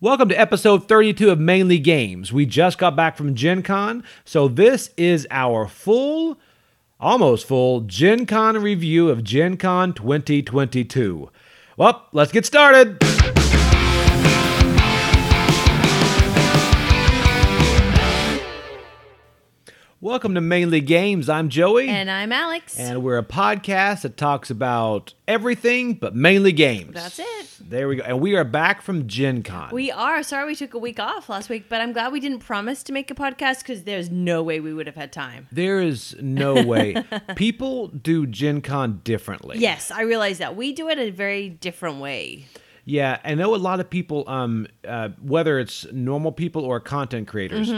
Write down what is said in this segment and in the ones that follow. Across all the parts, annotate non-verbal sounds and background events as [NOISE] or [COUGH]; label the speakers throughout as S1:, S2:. S1: Welcome to episode 32 of Mainly Games. We just got back from Gen Con, so this is our full, almost full, Gen Con review of Gen Con 2022. Well, let's get started. Welcome to Mainly Games. I'm Joey.
S2: And I'm Alex.
S1: And we're a podcast that talks about everything, but mainly games.
S2: That's it.
S1: There we go. And we are back from Gen Con.
S2: we are sorry we took a week off last week, but I'm glad we didn't promise to make a podcast because there's no way we would have had time.
S1: there is no
S2: [LAUGHS]
S1: way. People do Gen Con differently.
S2: Yes, I realize that we do it a very different way.
S1: Yeah. I know a lot of people, um, uh, whether it's normal people or content creators,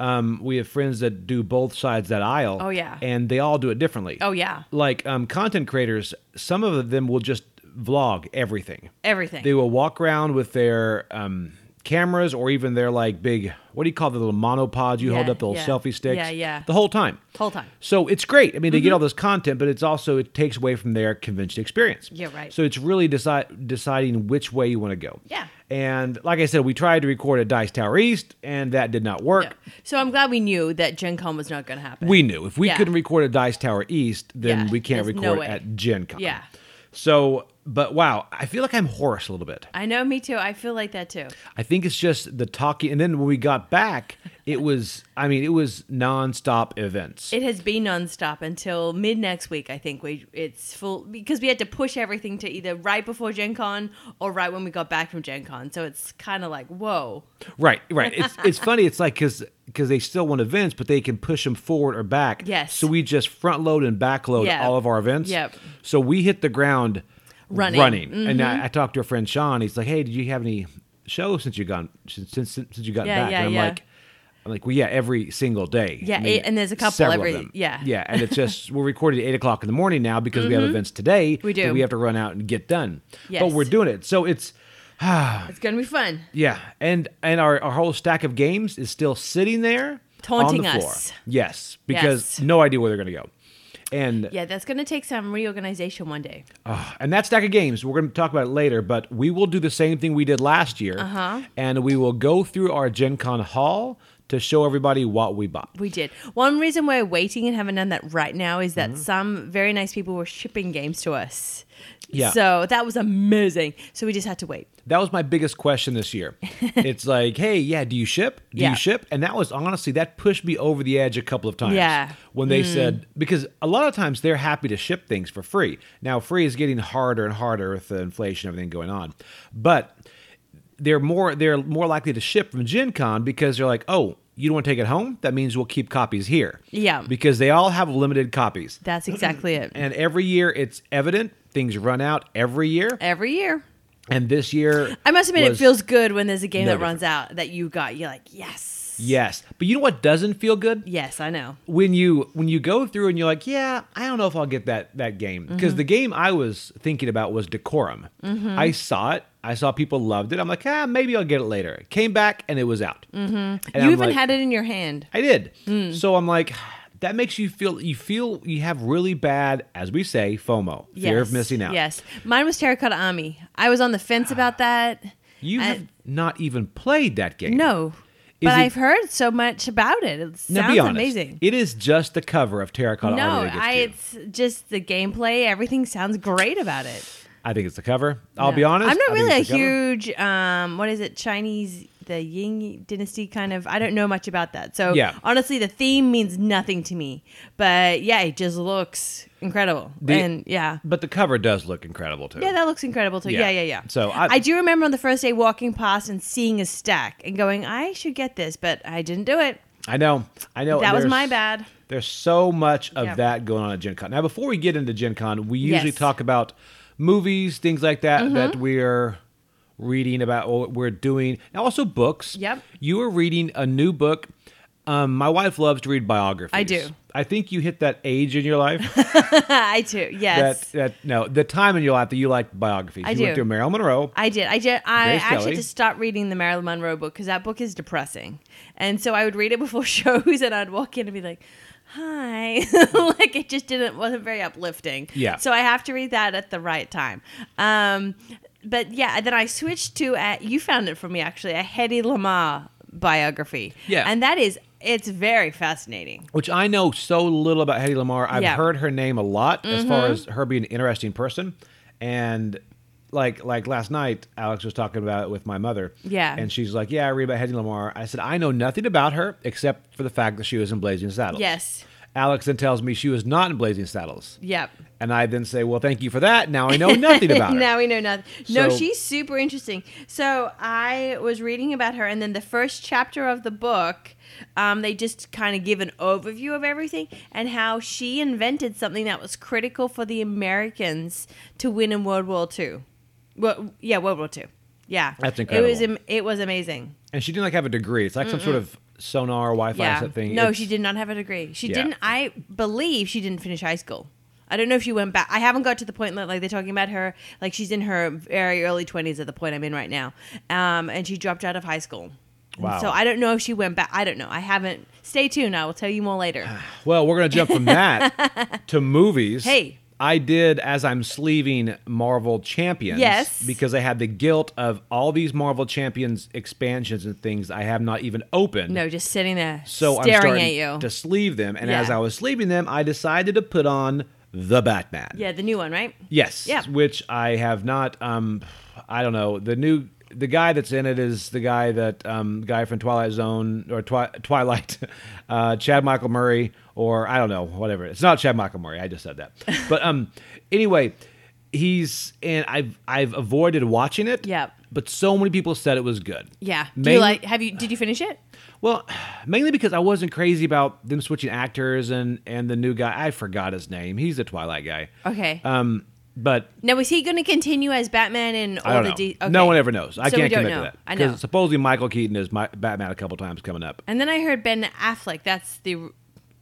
S1: um, we have friends that do both sides of that aisle.
S2: Mm-hmm. Oh, yeah.
S1: And they all do it differently.
S2: Oh yeah,
S1: Like um, content creators, some of them will just vlog everything.
S2: everything.
S1: they will walk around with their um, cameras or even their like big what do you call the little monopods you hold
S2: Yeah,
S1: up the little
S2: yeah.
S1: selfie sticks
S2: Yeah, yeah.
S1: the whole time
S2: Whole time.
S1: so it's great i mean
S2: Mm-hmm.
S1: they get all this content but it's also it takes away from their convention experience
S2: Yeah, right.
S1: so it's really decide, deciding which way you want to go
S2: Yeah.
S1: and like i said we tried to record at dice tower east and that did not work
S2: Yeah. So I'm glad we knew that Gen Con was not going to happen.
S1: we knew if we
S2: Yeah.
S1: couldn't record at dice tower east then
S2: Yeah,
S1: we can't
S2: there's
S1: record
S2: no way.
S1: at gen con
S2: Yeah.
S1: so but wow i feel like i'm hoarse a little bit
S2: I know, me too. I feel like that too.
S1: I think it's just the talking. And then when we got back, it was, I mean, it was nonstop events.
S2: It has been nonstop until mid next week. I think we it's full because we had to push everything to either right before Gen Con or right when we got back from Gen Con. So it's kind of like whoa.
S1: right, right.
S2: [LAUGHS]
S1: It's, it's funny. It's like, because because they still want events, but they can push them forward or back.
S2: Yes.
S1: So we just front load and back load
S2: Yeah.
S1: all of our events.
S2: Yep.
S1: So we hit the ground
S2: Running. Mm-hmm.
S1: And I, I talked to a friend, Sean. He's like, hey, did you have any shows since you gone since since, since you got
S2: Yeah,
S1: back?
S2: yeah,
S1: and I'm
S2: yeah.
S1: like, I'm like, well, yeah, every single day.
S2: Yeah, eight- and there's a couple
S1: several of
S2: every-
S1: them.
S2: yeah. Mm-hmm.
S1: yeah. And it's
S2: [LAUGHS]
S1: just we're recording at eight o'clock in the morning now because we have events today.
S2: We
S1: that
S2: do.
S1: we have to run out and get done. But
S2: Yes.
S1: we're doing it, so it's
S2: It's gonna be fun.
S1: yeah, and and our, our whole stack of games is still sitting there
S2: Taunting
S1: on the floor.
S2: us.
S1: Yes, because
S2: Yes.
S1: no idea where they're gonna go. And
S2: Yeah, that's going to take some reorganization one day.
S1: Ah, and that stack of games, we're going to talk about it later, but we will do the same thing we did last year.
S2: Uh-huh.
S1: And we will go through our Gen Con haul to show everybody what we bought.
S2: We did. One reason we're waiting and haven't done that right now is that
S1: Mm-hmm.
S2: some very nice people were shipping games to us.
S1: Yeah.
S2: So that was amazing. So we just had to wait.
S1: That was my biggest question this
S2: [LAUGHS]
S1: year. it's like, hey, yeah, do you ship? Do
S2: Yeah.
S1: you ship? And that was honestly, that pushed me over the edge a couple of times.
S2: Yeah. Mm.
S1: When they said, because a lot of times they're happy to ship things for free. Now, free is getting harder and harder with the inflation, everything going on. But they're more they're more likely to ship from Gen Con because they're like, oh, you don't want to take it home? That means we'll keep copies here.
S2: Yeah.
S1: Because they all have limited copies.
S2: That's
S1: [CLEARS THROAT]
S2: exactly it.
S1: And every year it's evident things run out every year.
S2: Every year.
S1: And this year
S2: Eh. I must admit, it
S1: was-
S2: feels good when there's a game
S1: no
S2: that runs out that you got. You're like, yes.
S1: Yes. But you know what doesn't feel good?
S2: Yes, I know.
S1: When you when you go through and you're like, yeah, I don't know if I'll get that that game
S2: Mm-hmm.
S1: because the game I was thinking about was Decorum. I saw it. I saw people loved it. I'm like, ah, maybe I'll get it later. Came back and it was out. Mm-hmm.
S2: you even had it Mm. in your hand.
S1: I did. So I'm like, that makes you feel you feel you have really bad, as we say, FOMO, fear of
S2: Yes,
S1: missing out.
S2: Yes. Mine was Terracotta Army. I was on the fence about that.
S1: You
S2: I-
S1: have not even played that game.
S2: No.
S1: Is
S2: But
S1: it-
S2: I've heard so much about it. It sounds
S1: Now be honest.
S2: amazing.
S1: It is just the cover of Terracotta Army.
S2: No,
S1: that gets
S2: I,
S1: you.
S2: it's just the gameplay. Everything sounds great about it.
S1: I think it's the cover. I'll
S2: No.
S1: be honest. I
S2: I'm not
S1: think
S2: really a
S1: it's the cover.
S2: huge, um, what is it, Chinese, the Ying Dynasty kind of. I don't know much about that. So
S1: Yeah.
S2: honestly, the theme means nothing to me. But yeah, it just looks incredible.
S1: The-
S2: and yeah.
S1: But the cover does look incredible too.
S2: Yeah, that looks incredible too.
S1: Yeah.
S2: Yeah, yeah, yeah.
S1: So I-
S2: I do remember on the first day walking past and seeing a stack and going, I should get this, but I didn't do it.
S1: I know. I know.
S2: That was
S1: Oh, There's-
S2: my bad. [LAUGHS]
S1: There's so much of
S2: Yeah.
S1: that going on at Gen Con. Now, before we get into Gen Con, we usually
S2: Yes. Mm-hmm.
S1: talk about movies, things like that, that we're reading about, or what we're doing, and also books.
S2: Yep.
S1: You were reading a new book. Um, my wife loves to read biographies.
S2: I do.
S1: I think you hit that age in your life
S2: I too. [LAUGHS] Yes.
S1: that, that no, the time in your life that you liked biographies.
S2: I
S1: you went
S2: do.
S1: through Marilyn Monroe.
S2: I did. I did. I
S1: Grace
S2: actually
S1: Kelly.
S2: had to stop reading the Marilyn Monroe book because that book is depressing, and so I would read it before [LAUGHS] shows, and I'd walk in and be like, "Hi," [LAUGHS] like it just didn't wasn't very uplifting.
S1: Yeah.
S2: So I have to read that at the right time. Um, but yeah, then I switched to uh, you found it for me actually a Hedy Lamarr biography.
S1: Yeah.
S2: and that is it's very fascinating.
S1: which I know so little about Hedy Lamarr. I've
S2: Yeah. Mm-hmm.
S1: heard her name a lot as far as her being an interesting person, and like like last night, Alex was talking about it with my mother.
S2: Yeah.
S1: and she's like, "Yeah, I read about Hedy Lamarr." I said, "I know nothing about her except for the fact that she was in Blazing Saddles."
S2: Yes.
S1: Alex then tells me she was not in Blazing Saddles,
S2: Yep.
S1: and I then say, "Well, thank you for that. Now I
S2: [LAUGHS]
S1: know nothing about her."
S2: now we know nothing. no,
S1: So-
S2: she's super interesting. So I was reading about her, and then the first chapter of the book, um, they just kind of give an overview of everything and how she invented something that was critical for the Americans to win in World War Two. Well, yeah, World War Two. Yeah,
S1: That's
S2: It was
S1: incredible.
S2: am- it was amazing.
S1: and she didn't like have a degree. It's like some sort of sonar Wi-Fi
S2: Yeah,
S1: thing.
S2: no,
S1: It's-
S2: she did not have a degree. She
S1: Yeah.
S2: didn't. I believe she didn't finish high school. I don't know if she went back. I haven't got to the point that, like they're talking about her, like she's in her very early twenties at the point I'm in right now, um, and she dropped out of high school. And
S1: Wow.
S2: So I don't know if she went back. I don't know. I haven't. Stay tuned. I will tell you more
S1: [SIGHS]
S2: later.
S1: Well, we're going to jump from
S2: [LAUGHS]
S1: that to movies.
S2: Hey.
S1: I did as I'm sleeving Marvel Champions.
S2: Yes.
S1: Because I had the guilt of all these Marvel Champions expansions and things I have not even opened.
S2: no, just sitting there
S1: So I'm
S2: staring
S1: starting
S2: at you.
S1: to sleeve them. And
S2: Yeah.
S1: as I was sleeving them, I decided to put on The Batman.
S2: yeah, the new one, right?
S1: Yes.
S2: Yeah.
S1: Which I have not. Um, I don't know the new. The guy that's in it is the guy that um, guy from Twilight Zone or Twi- Twilight, [LAUGHS] uh, Chad Michael Murray or I don't know whatever. It's not Chad Michael Murray. I just said
S2: [LAUGHS]
S1: that. But um, anyway, he's and I've I've avoided watching it.
S2: Yep.
S1: But so many people said it was good.
S2: Yeah. Do
S1: Mainly-
S2: you like? Have you? Did you finish it?
S1: well, mainly because I wasn't crazy about them switching actors and and the new guy. I forgot his name. He's the Twilight guy.
S2: Okay.
S1: Um, but
S2: now is he going to continue as Batman in all
S1: I don't
S2: the?
S1: know.
S2: D-
S1: No
S2: okay.
S1: one ever knows. I
S2: So we
S1: can't
S2: don't
S1: commit
S2: know.
S1: to that.
S2: I know.
S1: 'Cause Supposedly Michael Keaton is my Batman a couple times coming up.
S2: And then I heard Ben Affleck. That's the r-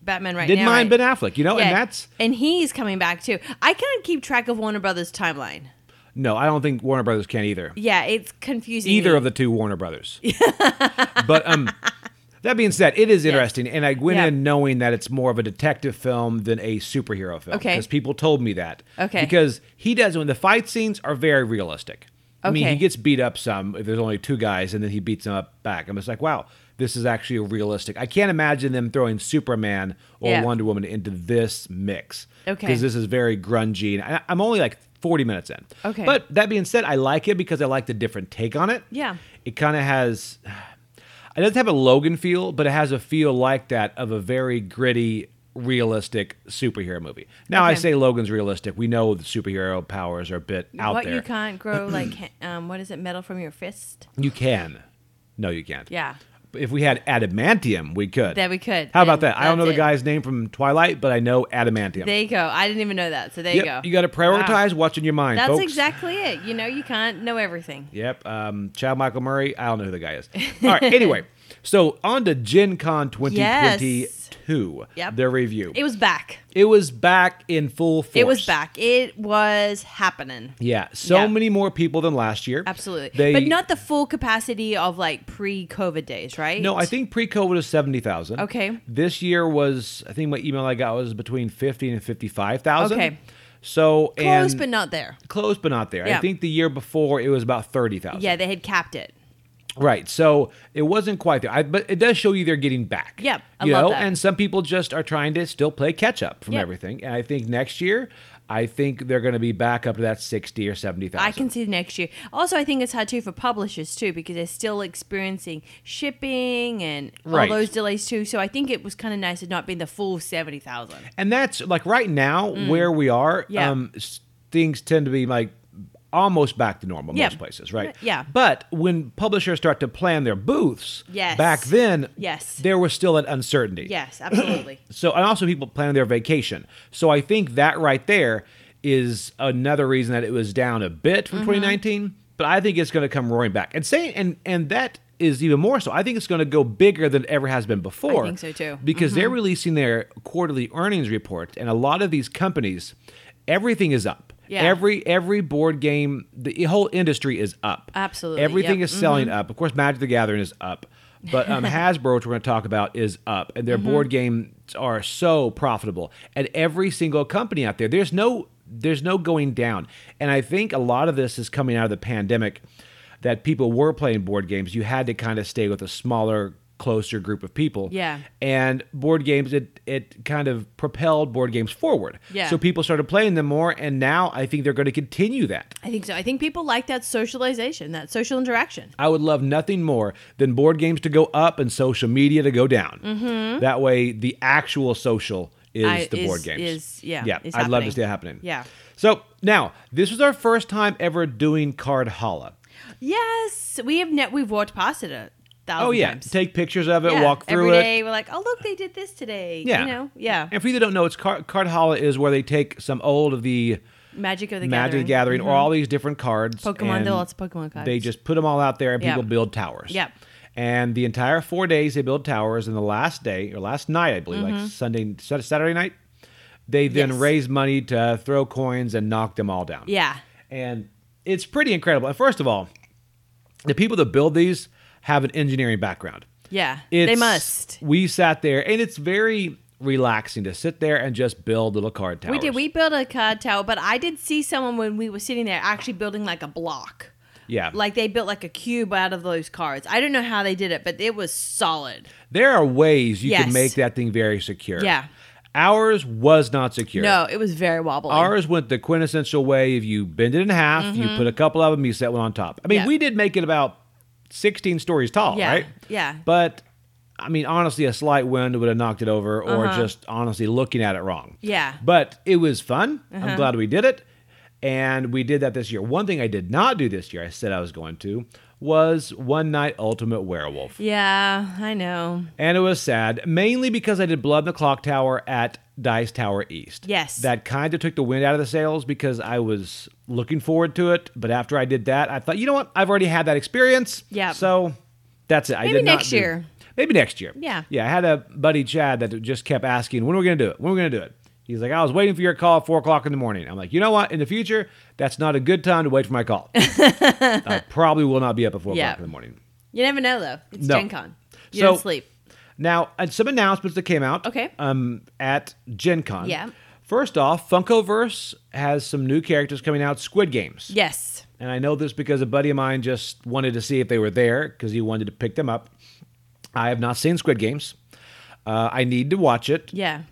S2: Batman right
S1: Didn't
S2: now.
S1: mind
S2: right?
S1: Ben Affleck, you know,
S2: Yeah.
S1: and that's
S2: and he's coming back too. I can't keep track of Warner Brothers timeline.
S1: no, I don't think Warner Brothers can either.
S2: Yeah, it's confusing.
S1: Either
S2: me.
S1: of the two Warner Brothers. [LAUGHS] but um, that being said, it is interesting, and I went
S2: Yeah.
S1: in knowing that it's more of a detective film than a superhero film.
S2: Okay.
S1: because people told me that.
S2: Okay.
S1: because he doesn't. The fight scenes are very realistic. I mean,
S2: Okay.
S1: he gets beat up some. if There's only two guys, and then he beats them up back. I'm just like, wow, this is actually realistic. I can't imagine them throwing Superman or
S2: Yeah.
S1: Wonder Woman into this mix.
S2: Okay.
S1: because this is very grungy. And I, I'm only like 40 minutes in.
S2: Okay.
S1: but that being said, I like it because I like the different take on it.
S2: Yeah.
S1: It kind of has, it doesn't have a Logan feel, but it has a feel like that of a very gritty, realistic superhero movie. Now, I
S2: Okay.
S1: say Logan's realistic. We know the superhero powers are a bit out
S2: what
S1: there.
S2: you can't grow [CLEARS THROAT] like ha- um, what is it metal from your fist?
S1: You can. No, you can't.
S2: Yeah,
S1: If we had adamantium, we could.
S2: that we could.
S1: How about
S2: And
S1: that? I don't know
S2: that's
S1: the
S2: it.
S1: guy's name from Twilight, but I know adamantium.
S2: There you go. I didn't even know that. So there
S1: yep,
S2: you go.
S1: You got to
S2: Wow.
S1: prioritize watching your mind,
S2: That's
S1: folks.
S2: exactly it. You know, you can't know everything.
S1: Yep. Um, Chad Michael Murray. I don't know who the guy is. All
S2: [LAUGHS]
S1: right. Anyway, so on to Gen Con 2022.
S2: Yep.
S1: Their review.
S2: It was back.
S1: It was back in full force.
S2: It was back. It was happening.
S1: Yeah. So
S2: Yeah.
S1: many more people than last year.
S2: Absolutely.
S1: They,
S2: but not the full capacity of like pre-COVID days, right?
S1: No, I think pre-COVID was seventy thousand.
S2: Okay.
S1: This year was. I think my email I got was between fifty and fifty-five thousand.
S2: Okay.
S1: So
S2: close,
S1: and
S2: but not there.
S1: close, but not there.
S2: Yeah.
S1: I think the year before it was about thirty thousand.
S2: Yeah, they had capped it.
S1: Right. So it wasn't quite there, I, but it does show you they're getting back.
S2: Yep, I
S1: you
S2: love
S1: know,
S2: that.
S1: and some people just are trying to still play catch up from
S2: Yep.
S1: everything. And I think next year, I think they're going to be back up to that sixty or seventy thousand.
S2: I can see next year. Also, I think it's hard too for publishers too because they're still experiencing shipping and
S1: Right.
S2: all those delays too. So I think it was kind of nice it not being the full seventy thousand.
S1: and that's like right now where we are.
S2: Mm. Yeah.
S1: Um, s- things tend to be like almost back to normal
S2: Yeah.
S1: most places, right?
S2: Yeah.
S1: But when publishers start to plan their booths,
S2: Yes.
S1: back then,
S2: Yes.
S1: there was still an uncertainty.
S2: Yes,
S1: [CLEARS THROAT]
S2: absolutely.
S1: So and also people plan their vacation. So I think that right there is another reason that it was down a bit
S2: Mm-hmm.
S1: from 2019. But I think it's going to come roaring back. And saying and and that is even more so. I think it's going to go bigger than it ever has been before.
S2: think so, too. Mm-hmm.
S1: Because they're releasing their quarterly earnings report, and a lot of these companies, everything is up.
S2: Yeah.
S1: Every every board game, the whole industry is up.
S2: Absolutely,
S1: Everything
S2: yep.
S1: is selling up. Of course, Magic the Gathering is up, but
S2: [LAUGHS]
S1: um, Hasbro, which we're going to talk about, is up,
S2: Mm-hmm.
S1: and their board games are so profitable. And every single company out there, there's no there's no going down. And I think a lot of this is coming out of the pandemic that people were playing board games. You had to kind of stay with a smaller, closer group of people.
S2: Yeah.
S1: And board games, it it kind of propelled board games forward.
S2: Yeah.
S1: So people started playing them more, and now I think they're going to continue that.
S2: I think so. I think people like that socialization, that social interaction.
S1: I would love nothing more than board games to go up and social media to go down. Mm-hmm. That way, the actual social is
S2: I-
S1: the
S2: is-
S1: board games.
S2: is- yeah,
S1: yeah.
S2: is
S1: I'd love to
S2: happening.
S1: see it happening.
S2: Yeah.
S1: So now this was our first time ever doing card holla.
S2: Yes, we have net. We've walked past it a thousand
S1: Oh yeah,
S2: times.
S1: take pictures of it,
S2: Yeah,
S1: walk through
S2: every
S1: it.
S2: day. We're like, oh look, they did this today.
S1: Yeah.
S2: you know, yeah.
S1: And for you that don't know, it's card, card holla is where they take some old of the
S2: Magic of the
S1: Magic the
S2: Gathering. Mm-hmm.
S1: Gathering or all these different cards.
S2: Pokemon,
S1: and
S2: there are lots of Pokemon cards.
S1: They just put them all out there and
S2: Yeah.
S1: people build towers.
S2: Yeah.
S1: And the entire four days they build towers, and the last day or last night, I believe, like Sunday, Sat- Saturday night, they then
S2: Mm-hmm. Yes.
S1: raise money to throw coins and knock them all down.
S2: Yeah.
S1: And it's pretty incredible. And first of all, the people that build these have an engineering background.
S2: Yeah.
S1: It's,
S2: they must.
S1: We sat there, and it's very relaxing to sit there and just build little card towers.
S2: We did. We built a card tower, but I did see someone when we were sitting there actually building like a block.
S1: yeah.
S2: Like they built like a cube out of those cards. I don't know how they did it, but it was solid.
S1: There are ways you can
S2: Yes.
S1: make that thing very secure.
S2: Yeah.
S1: Ours was not secure.
S2: No, it was very wobbly.
S1: Ours went the quintessential way if you bend it in half, you put a couple of them, you set one on top. I mean,
S2: Mm-hmm. Yeah.
S1: we did make it about 16 stories tall,
S2: Yeah,
S1: right?
S2: yeah.
S1: But I mean, honestly, a slight wind would have knocked it over or just honestly looking at it wrong.
S2: Uh-huh. Yeah. Uh-huh.
S1: But it was fun. I'm glad we did it. And we did that this year. One thing I did not do this year, I said I was going to, was One Night Ultimate Werewolf.
S2: yeah, I know.
S1: And it was sad, mainly because I did Blood in the Clock Tower at Dice Tower East.
S2: Yes.
S1: That kind of took the wind out of the sails because I was looking forward to it. But after I did that, I thought, you know what? I've already had that experience.
S2: Yep.
S1: So that's it. I
S2: Maybe
S1: did not
S2: next
S1: do-
S2: year.
S1: Maybe next year.
S2: Yeah.
S1: Yeah. I had a buddy, Chad, that just kept asking, when are we going to do it? When are we going to do it? He's like, I was waiting for your call at four o'clock in the morning. I'm like, you know what? In the future, that's not a good time to wait for my
S2: [LAUGHS]
S1: call. I probably will not be up at four
S2: Yeah.
S1: o'clock in the morning.
S2: You never know though. It's
S1: No.
S2: Gen Con. You
S1: So-
S2: don't sleep.
S1: Now, uh, some announcements that came out.
S2: Okay.
S1: Um, at Gen Con.
S2: Yeah.
S1: First off, Funkoverse has some new characters coming out, Squid Games.
S2: Yes.
S1: And I know this because a buddy of mine just wanted to see if they were there because he wanted to pick them up. I have not seen Squid Games. Uh, I need to watch it,
S2: Yeah.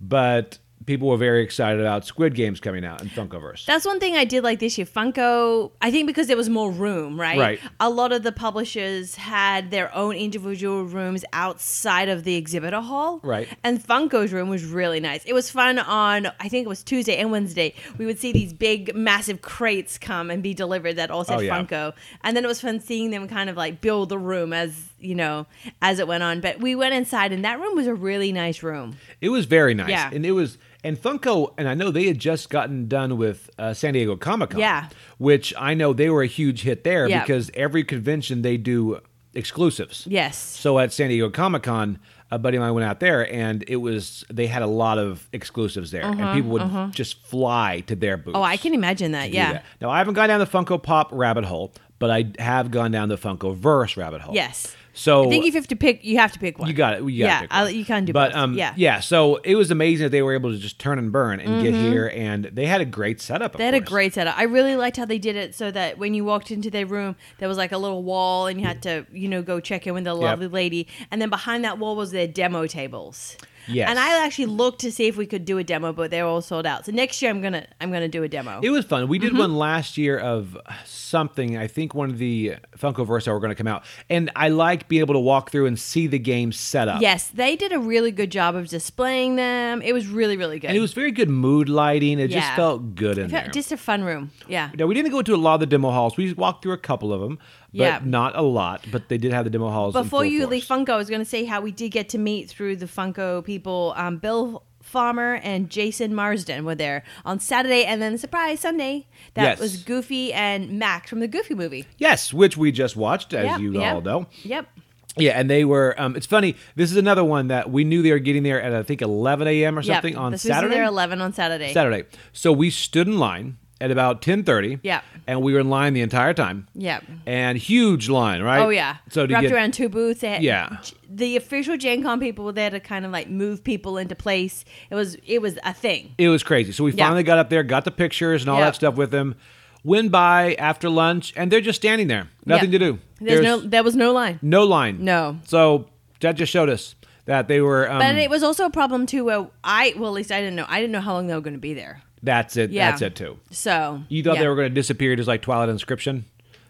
S1: but people were very excited about Squid Games coming out in Funkoverse.
S2: That's one thing I did like this year. Funko, I think because there was more room, right?
S1: Right.
S2: A lot of the publishers had their own individual rooms outside of the exhibitor hall.
S1: Right.
S2: And Funko's room was really nice. It was fun on, I think it was Tuesday and Wednesday. We would see these big, massive crates come and be delivered that all said
S1: Oh, yeah.
S2: Funko. And then it was fun seeing them kind of like build the room as, you know, as it went on. But we went inside and that room was a really nice room.
S1: It was very nice.
S2: Yeah.
S1: And it was and Funko and I know they had just gotten done with uh, San Diego Comic Con.
S2: Yeah.
S1: Which I know they were a huge hit there
S2: Yeah.
S1: because every convention they do exclusives.
S2: Yes.
S1: So at San Diego Comic Con, a buddy of mine went out there and it was they had a lot of exclusives there and people would just fly to their booth.
S2: Uh-huh, Oh, I can imagine that. Yeah.
S1: Now I haven't gone down the Funko Pop rabbit hole, but I have gone down the Funko Verse rabbit hole.
S2: Yes.
S1: So
S2: I think if you have to pick, you have to pick
S1: Oh,
S2: one.
S1: you got it. You got
S2: yeah,
S1: It
S2: I'll- you can do
S1: But
S2: both.
S1: um,
S2: yeah,
S1: yeah, So it was amazing that they were able to just turn and burn and get here, and they had a great setup. Of
S2: Mm-hmm. They had a
S1: course.
S2: great setup. I really liked how they did it so that when you walked into their room, there was like a little wall, and you had to, you know, go check in with the lovely lady. And then behind that wall was their demo tables.
S1: Yes.
S2: And I actually looked to see if we could do a demo, but they were all sold out. So next year, I'm gonna, I'm gonna do a demo.
S1: It was fun. We did
S2: Mm-hmm.
S1: one last year of something. I think one of the Funkoverse that were going to come out, and I like being able to walk through and see the game set up.
S2: yes, they did a really good job of displaying them. It was really, really good.
S1: and it was very good mood lighting. It just
S2: Yeah.
S1: felt good in
S2: Fe-
S1: there.
S2: just a fun room. Yeah.
S1: now we didn't go to a lot of the demo halls. We just walked through a couple of them, but
S2: Yeah.
S1: not a lot. But they did have the demo halls. in
S2: Before
S1: full
S2: you
S1: force.
S2: leave Funko, I was going to say how we did get to meet through the Funko people. Um, Bill Farmer and Jason Marsden were there on Saturday, and then surprise Sunday. That
S1: Yes.
S2: was Goofy and Max from the Goofy movie.
S1: yes, which we just watched, as
S2: Yep,
S1: you
S2: yep,
S1: all know.
S2: Yep.
S1: Yeah, and they were. Um, it's funny. This is another one that we knew they were getting there at I think 11 a.m. or something
S2: yep.
S1: on
S2: this
S1: Saturday.
S2: Was their eleven on Saturday.
S1: Saturday. So we stood in line at about 10.30.
S2: Yep.
S1: And we were in line the entire time.
S2: Yep.
S1: And huge line, right?
S2: Oh yeah.
S1: So to
S2: wrapped
S1: get,
S2: around two booths. They had-
S1: Yeah.
S2: The official Gen Con people were there to kind of like move people into place. It was it was a thing.
S1: It was crazy. So we
S2: Yeah.
S1: finally got up there, got the pictures and all
S2: Yeah.
S1: that stuff with them. Went by after lunch, and they're just standing there, nothing
S2: Yeah.
S1: to do.
S2: There's, no there was no line.
S1: no line.
S2: No.
S1: So that just showed us that they were. Um,
S2: But it was also a problem too where I well at least I didn't know I didn't know how long they were gonna be there.
S1: that's it.
S2: Yeah.
S1: That's it too.
S2: So
S1: You thought
S2: yeah.
S1: they were going to disappear, just like Twilight Inscription.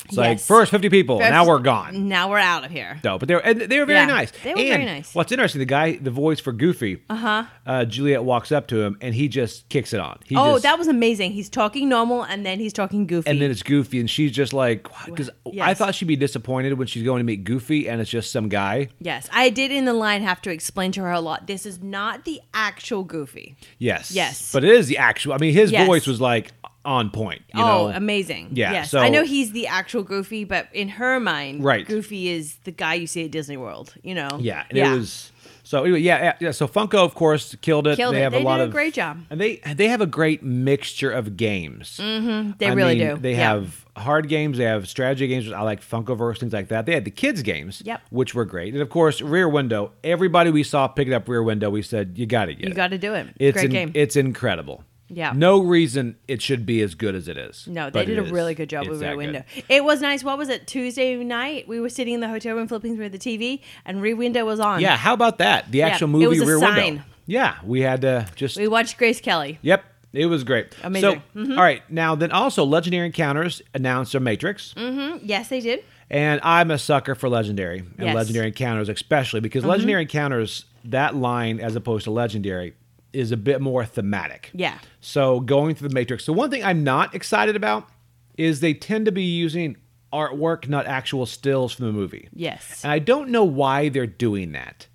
S1: It's like
S2: Yes.
S1: first fifty people,
S2: First-
S1: now we're gone.
S2: now we're out of here.
S1: No, but they were and they were very
S2: Yeah.
S1: nice.
S2: They were
S1: And
S2: very nice.
S1: What's interesting, the guy, the voice for Goofy, uh-huh. Juliet walks up to him and he just kicks it on. He
S2: Oh,
S1: just,
S2: that was amazing. He's talking normal and then he's talking goofy.
S1: and then it's Goofy, and she's just like, because I
S2: Yes.
S1: thought she'd be disappointed when she's going to meet Goofy, and it's just some guy.
S2: yes, I did in the line have to explain to her a lot. This is not the actual goofy.
S1: Yes,
S2: Yes.
S1: but it is the actual. I mean, his
S2: Yes.
S1: voice was like on point. You
S2: oh,
S1: know?
S2: amazing.
S1: Yeah,
S2: Yes.
S1: so-
S2: I know he's the actual Goofy, but in her mind,
S1: Right.
S2: Goofy is the guy you see at Disney World, you know?
S1: Yeah, and it was so anyway. Yeah, yeah, yeah. So Funko, of course, killed it.
S2: Killed
S1: they
S2: it.
S1: have
S2: They
S1: a lot
S2: did a
S1: of
S2: great job.
S1: and they they have a great mixture of games.
S2: Mm-hmm. They
S1: I
S2: really
S1: mean,
S2: do.
S1: They
S2: Yeah.
S1: have hard games. They have strategy games. I like Funkoverse things like that. They had the kids games,
S2: Yep.
S1: which were great. And of course, Rear Window. Everybody we saw picking up Rear Window. We said, "You got to get
S2: You
S1: it.
S2: got to do it.
S1: It's
S2: great
S1: in-
S2: game.
S1: It's incredible.
S2: Yeah.
S1: No reason it should be as good as it is.
S2: no, they
S1: but
S2: did
S1: it
S2: a
S1: is.
S2: really good job
S1: It's
S2: with
S1: that
S2: Rear
S1: good.
S2: Window. It was nice. What was it? Tuesday night, we were sitting in the hotel room in Philippines with the TV, and Rear Window was on.
S1: Yeah. How about that? The actual
S2: it
S1: movie
S2: was a
S1: Rear
S2: sign.
S1: Window. Yeah. We had to just
S2: We watched Grace Kelly.
S1: Yep, it was great.
S2: Amazing.
S1: So, all right, now then also Legendary Encounters announced their Matrix,
S2: Mm, Yes, they did.
S1: and I'm a sucker for Legendary and
S2: Yes. Mm-hmm.
S1: Legendary Encounters especially because Legendary Encounters that line as opposed to Legendary is a bit more thematic.
S2: Yeah.
S1: So going through the Matrix. So one thing I'm not excited about is they tend to be using artwork, not actual stills from the movie.
S2: Yes.
S1: And I don't know why they're doing that.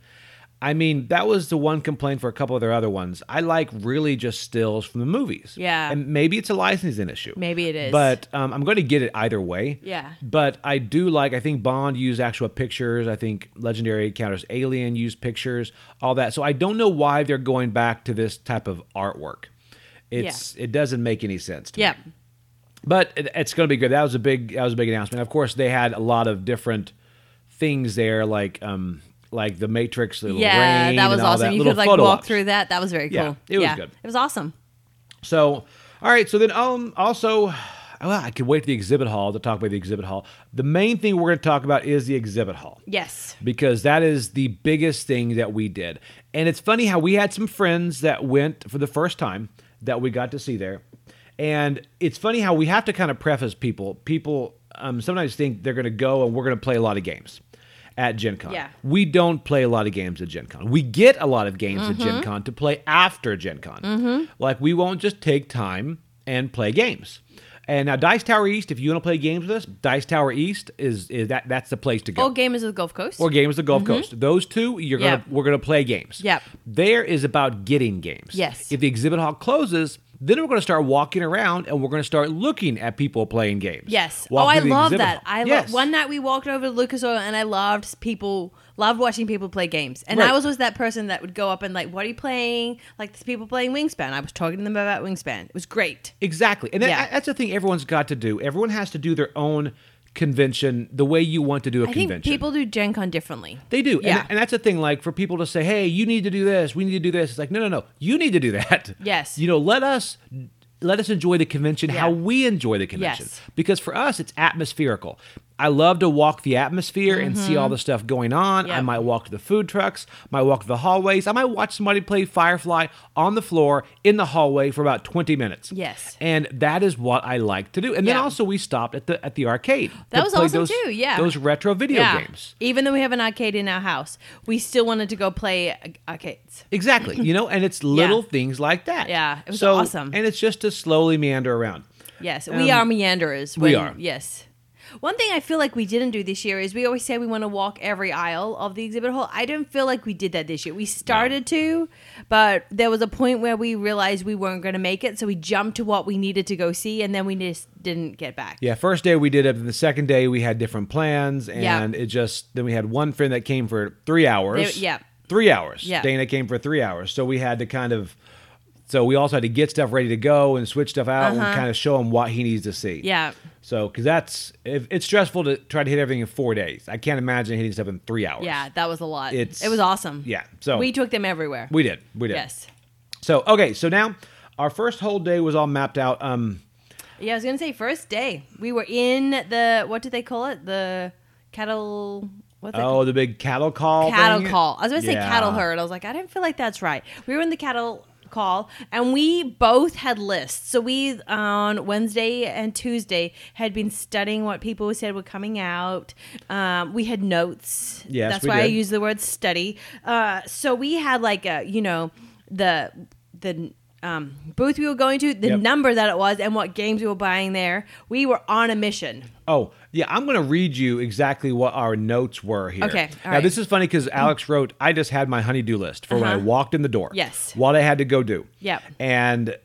S1: I mean, that was the one complaint for a couple of their other ones. I like really just stills from the movies.
S2: Yeah.
S1: And maybe it's a licensing issue.
S2: Maybe it is.
S1: But um, I'm going to get it either way.
S2: Yeah.
S1: But I do like, I think Bond used actual pictures. I think Legendary Encounters Alien used pictures, all that. So I don't know why they're going back to this type of artwork. It's It doesn't make any sense to me.
S2: yeah.
S1: But it, it's going to be good. That was a big that was a big announcement. Of course, they had a lot of different things there, like um like the Matrix, the little
S2: Yeah,
S1: rain
S2: that was
S1: and all
S2: awesome.
S1: That
S2: you
S1: little
S2: could like walk
S1: photo ops.
S2: through that. That was very cool.
S1: Yeah, it was good.
S2: It was awesome.
S1: So, all right. So then, um, also, well, I could wait for the exhibit hall to talk about the exhibit hall. The main thing we're going to talk about is the exhibit hall
S2: Yes.
S1: because that is the biggest thing that we did. And it's funny how we had some friends that went for the first time that we got to see there. And it's funny how we have to kind of preface people. People um, sometimes think they're going to go and we're going to play a lot of games at Gen Con.
S2: Yeah.
S1: We don't play a lot of games at Gen Con. We get a lot of games at Gen Con to play after Gen Con. Like, we won't just take time and play games. And now, Dice Tower East, if you want to play games with us, Dice Tower East is, is that that's the place to go
S2: All gamers of Gulf Coast. Mm-hmm.
S1: or games the Gulf Coast. Those two, you're gonna
S2: Yep.
S1: we're gonna play games.
S2: Yep.
S1: There is about getting games.
S2: Yes.
S1: If the exhibit hall closes, then we're gonna start walking around and we're gonna start looking at people playing games.
S2: Yes.
S1: Walk
S2: oh, I
S1: through the
S2: love
S1: exhibit hall.
S2: that. I
S1: yes.
S2: lo- one night we walked over to Lucas Oil and I loved people loved watching people play games. And
S1: Right.
S2: I was always that person that would go up and like, what are you playing? Like these people playing Wingspan. I was talking to them about Wingspan. It was great.
S1: Exactly. And that,
S2: Yeah.
S1: that's the thing everyone's got to do. Everyone has to do their own convention the way you want to do a
S2: I
S1: convention.
S2: think people do Gen Con differently.
S1: They do.
S2: Yeah.
S1: And, and that's the thing, like for people to say, hey, you need to do this, we need to do this. It's like, no, no, no, you need to do that.
S2: Yes.
S1: You know, let us let us enjoy the convention
S2: Yeah.
S1: how we enjoy the convention.
S2: Yes.
S1: Because for us it's atmospherical. I love to walk the atmosphere and see all the stuff going on. I
S2: Mm-hmm. Yep.
S1: might walk to the food trucks, might walk to the hallways. I might watch somebody play Firefly on the floor in the hallway for about 20 minutes.
S2: Yes.
S1: And that is what I like to do. And then
S2: Yeah.
S1: also we stopped at the at the arcade.
S2: That
S1: to
S2: was
S1: play
S2: awesome
S1: those-
S2: too, yeah.
S1: Those retro video games.
S2: Even though we have an arcade in our house, we still wanted to go play uh, arcades.
S1: Exactly. You know, and
S2: [LAUGHS]
S1: it's little things like that.
S2: Yeah, it was
S1: so,
S2: awesome.
S1: And it's just to slowly meander around.
S2: Yes, we are meanderers.
S1: Um, we
S2: when-
S1: are.
S2: Yes. One thing I feel like we didn't do this year is we always say we want to walk every aisle of the exhibit hall. I don't feel like we did that this year. We started to, but there was a point where we realized we weren't going to make it, so we jumped to what we needed to go see, and then we just didn't get back.
S1: Yeah, first day we did it, and the second day we had different plans,
S2: Yeah.
S1: and it just then we had one friend that came for three hours.
S2: They- yeah.
S1: Three hours.
S2: Yeah.
S1: Dana came for three hours. So we had to kind of So we also had to get stuff ready to go and switch stuff out and kind of show him what he needs to see.
S2: Uh-huh. Yeah.
S1: So, because that's if, it's stressful to try to hit everything in four days. I can't imagine hitting stuff in three hours.
S2: Yeah, that was a lot.
S1: It's-
S2: it was awesome.
S1: yeah, so-
S2: we took them everywhere.
S1: we did. We did.
S2: yes.
S1: So okay, so now our first whole day was all mapped out. Um,
S2: Yeah, I was gonna say first day we were in the what did they call it? The cattle. What's it
S1: oh, the big cattle call.
S2: cattle
S1: thing?
S2: call. I was going to say
S1: Yeah.
S2: cattle herd. I was like, I didn't feel like that's right. We were in the cattle call and we both had lists. So we on Wednesday and Tuesday had been studying what people said were coming out. Um, we had notes.
S1: Yes,
S2: that's
S1: we
S2: why I
S1: did.
S2: use the word study. Uh, so we had like a you know the the. Um, booth we were going to, the
S1: Yep.
S2: number that it was, and what games we were buying there. We were on a mission.
S1: Oh, yeah. I'm going to read you exactly what our notes were here.
S2: Okay, all
S1: Now,
S2: right.
S1: this is funny because Alex wrote, I just had my honeydew list for when I
S2: Uh-huh.
S1: walked in the door.
S2: Yes.
S1: What I had to go do.
S2: Yep.
S1: And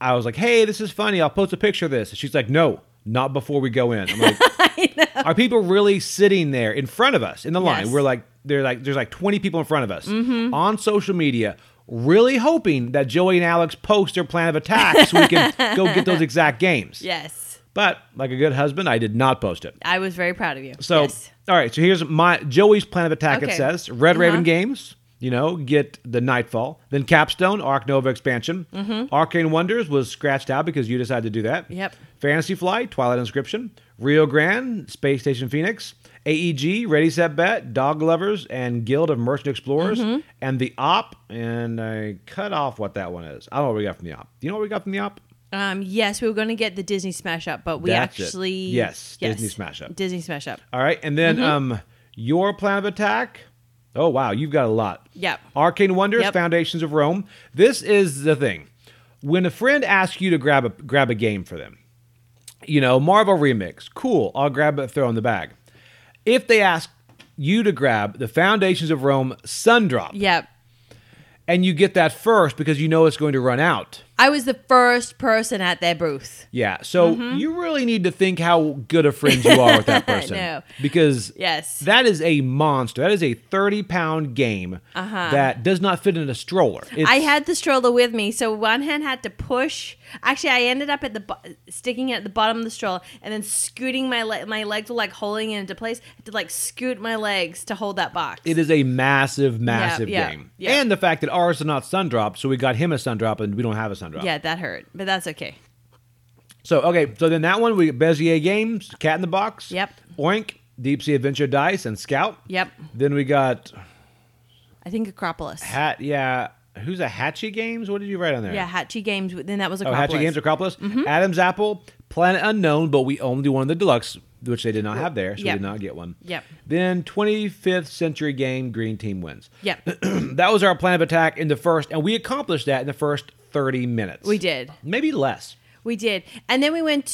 S1: I was like, hey, this is funny. I'll post a picture of this. And she's like, no, not before we go in. I'm
S2: [LAUGHS]
S1: like, are people really sitting there in front of us in the line?
S2: Yes. Mm-hmm.
S1: We're like, they're like, there's like 20 people in front of us on social media, really hoping that Joey and Alex post their plan of attack so we can go get
S2: [LAUGHS]
S1: those exact games.
S2: Yes,
S1: But like a good husband, I did not post it.
S2: I was very proud of you.
S1: So
S2: yes.
S1: all right, so here's my Joey's plan of attack. It
S2: Okay.
S1: says Red Raven
S2: Uh-huh.
S1: Games. You know, get the Nightfall, then Capstone, Arc Nova expansion. Arcane Wonders was scratched out because you decided to do that.
S2: Mm-hmm. Yep.
S1: Fantasy Flight, Twilight Inscription, Rio Grande, Space Station Phoenix, AEG, Ready Set Bet, Dog Lovers, and Guild of Merchant Explorers,
S2: Mm-hmm.
S1: and the Op. And I cut off what that one is. I don't know what we got from the Op. Do you know what we got from the Op?
S2: Um, yes, we were going to get the Disney Smash Up, but we
S1: That's it.
S2: actually
S1: Yes, Disney Smash Up.
S2: Disney Smash Up.
S1: All right, and
S2: Mm-hmm.
S1: then um, your plan of attack. Oh wow, you've got a lot.
S2: Yep.
S1: Arcane Wonders,
S2: Yep.
S1: Foundations of Rome. This is the thing. When a friend asks you to grab a grab a game for them, you know Marvel Remix, cool. I'll grab it, throw in the bag. If they ask you to grab the Foundations of Rome Sundrop,
S2: Yep.
S1: and you get that first because you know it's going to run out.
S2: I was the first person at their booth.
S1: Yeah, so you really need to think how good of friends you are with that person.
S2: Mm-hmm. [LAUGHS] No.
S1: Because
S2: Yes.
S1: that is a monster. That is a 30 pound game that does not fit in a stroller. It's,
S2: Uh-huh. I had the stroller with me, so one hand had to push. Actually, I ended up at the bo- sticking it at the bottom of the stroller, and then scooting my le- my legs were like holding it into place. I had to like scoot my legs to hold that box.
S1: It is a massive, massive
S2: yeah,
S1: game.
S2: yeah.
S1: And the fact that ours is not Sundrop, so we got him a Sundrop and we don't have a Sundrop.
S2: yeah, that hurt, but that's okay.
S1: So, okay, so then that one, we get Bezier Games, Cat in the Box.
S2: Yep.
S1: Oink, Deep Sea Adventure Dice, and Scout.
S2: Yep.
S1: Then we got
S2: I think Acropolis.
S1: Hat, yeah. Who's a Hatchy Games? What did you write on there?
S2: yeah, Hatchy Games. Then that was
S1: Oh,
S2: Acropolis. Mm-hmm.
S1: Hatchet Games, Acropolis, Adam's Apple, Planet Unknown, but we owned the one of the deluxe, which they did not have there, so
S2: Yep.
S1: we did not get one.
S2: Yep.
S1: Then 25th Century Game, Green Team wins. [CLEARS THROAT]
S2: Yep.
S1: that was our plan of attack in the first, and we accomplished that in the first 30 minutes.
S2: We did.
S1: Maybe less.
S2: We did. And then we went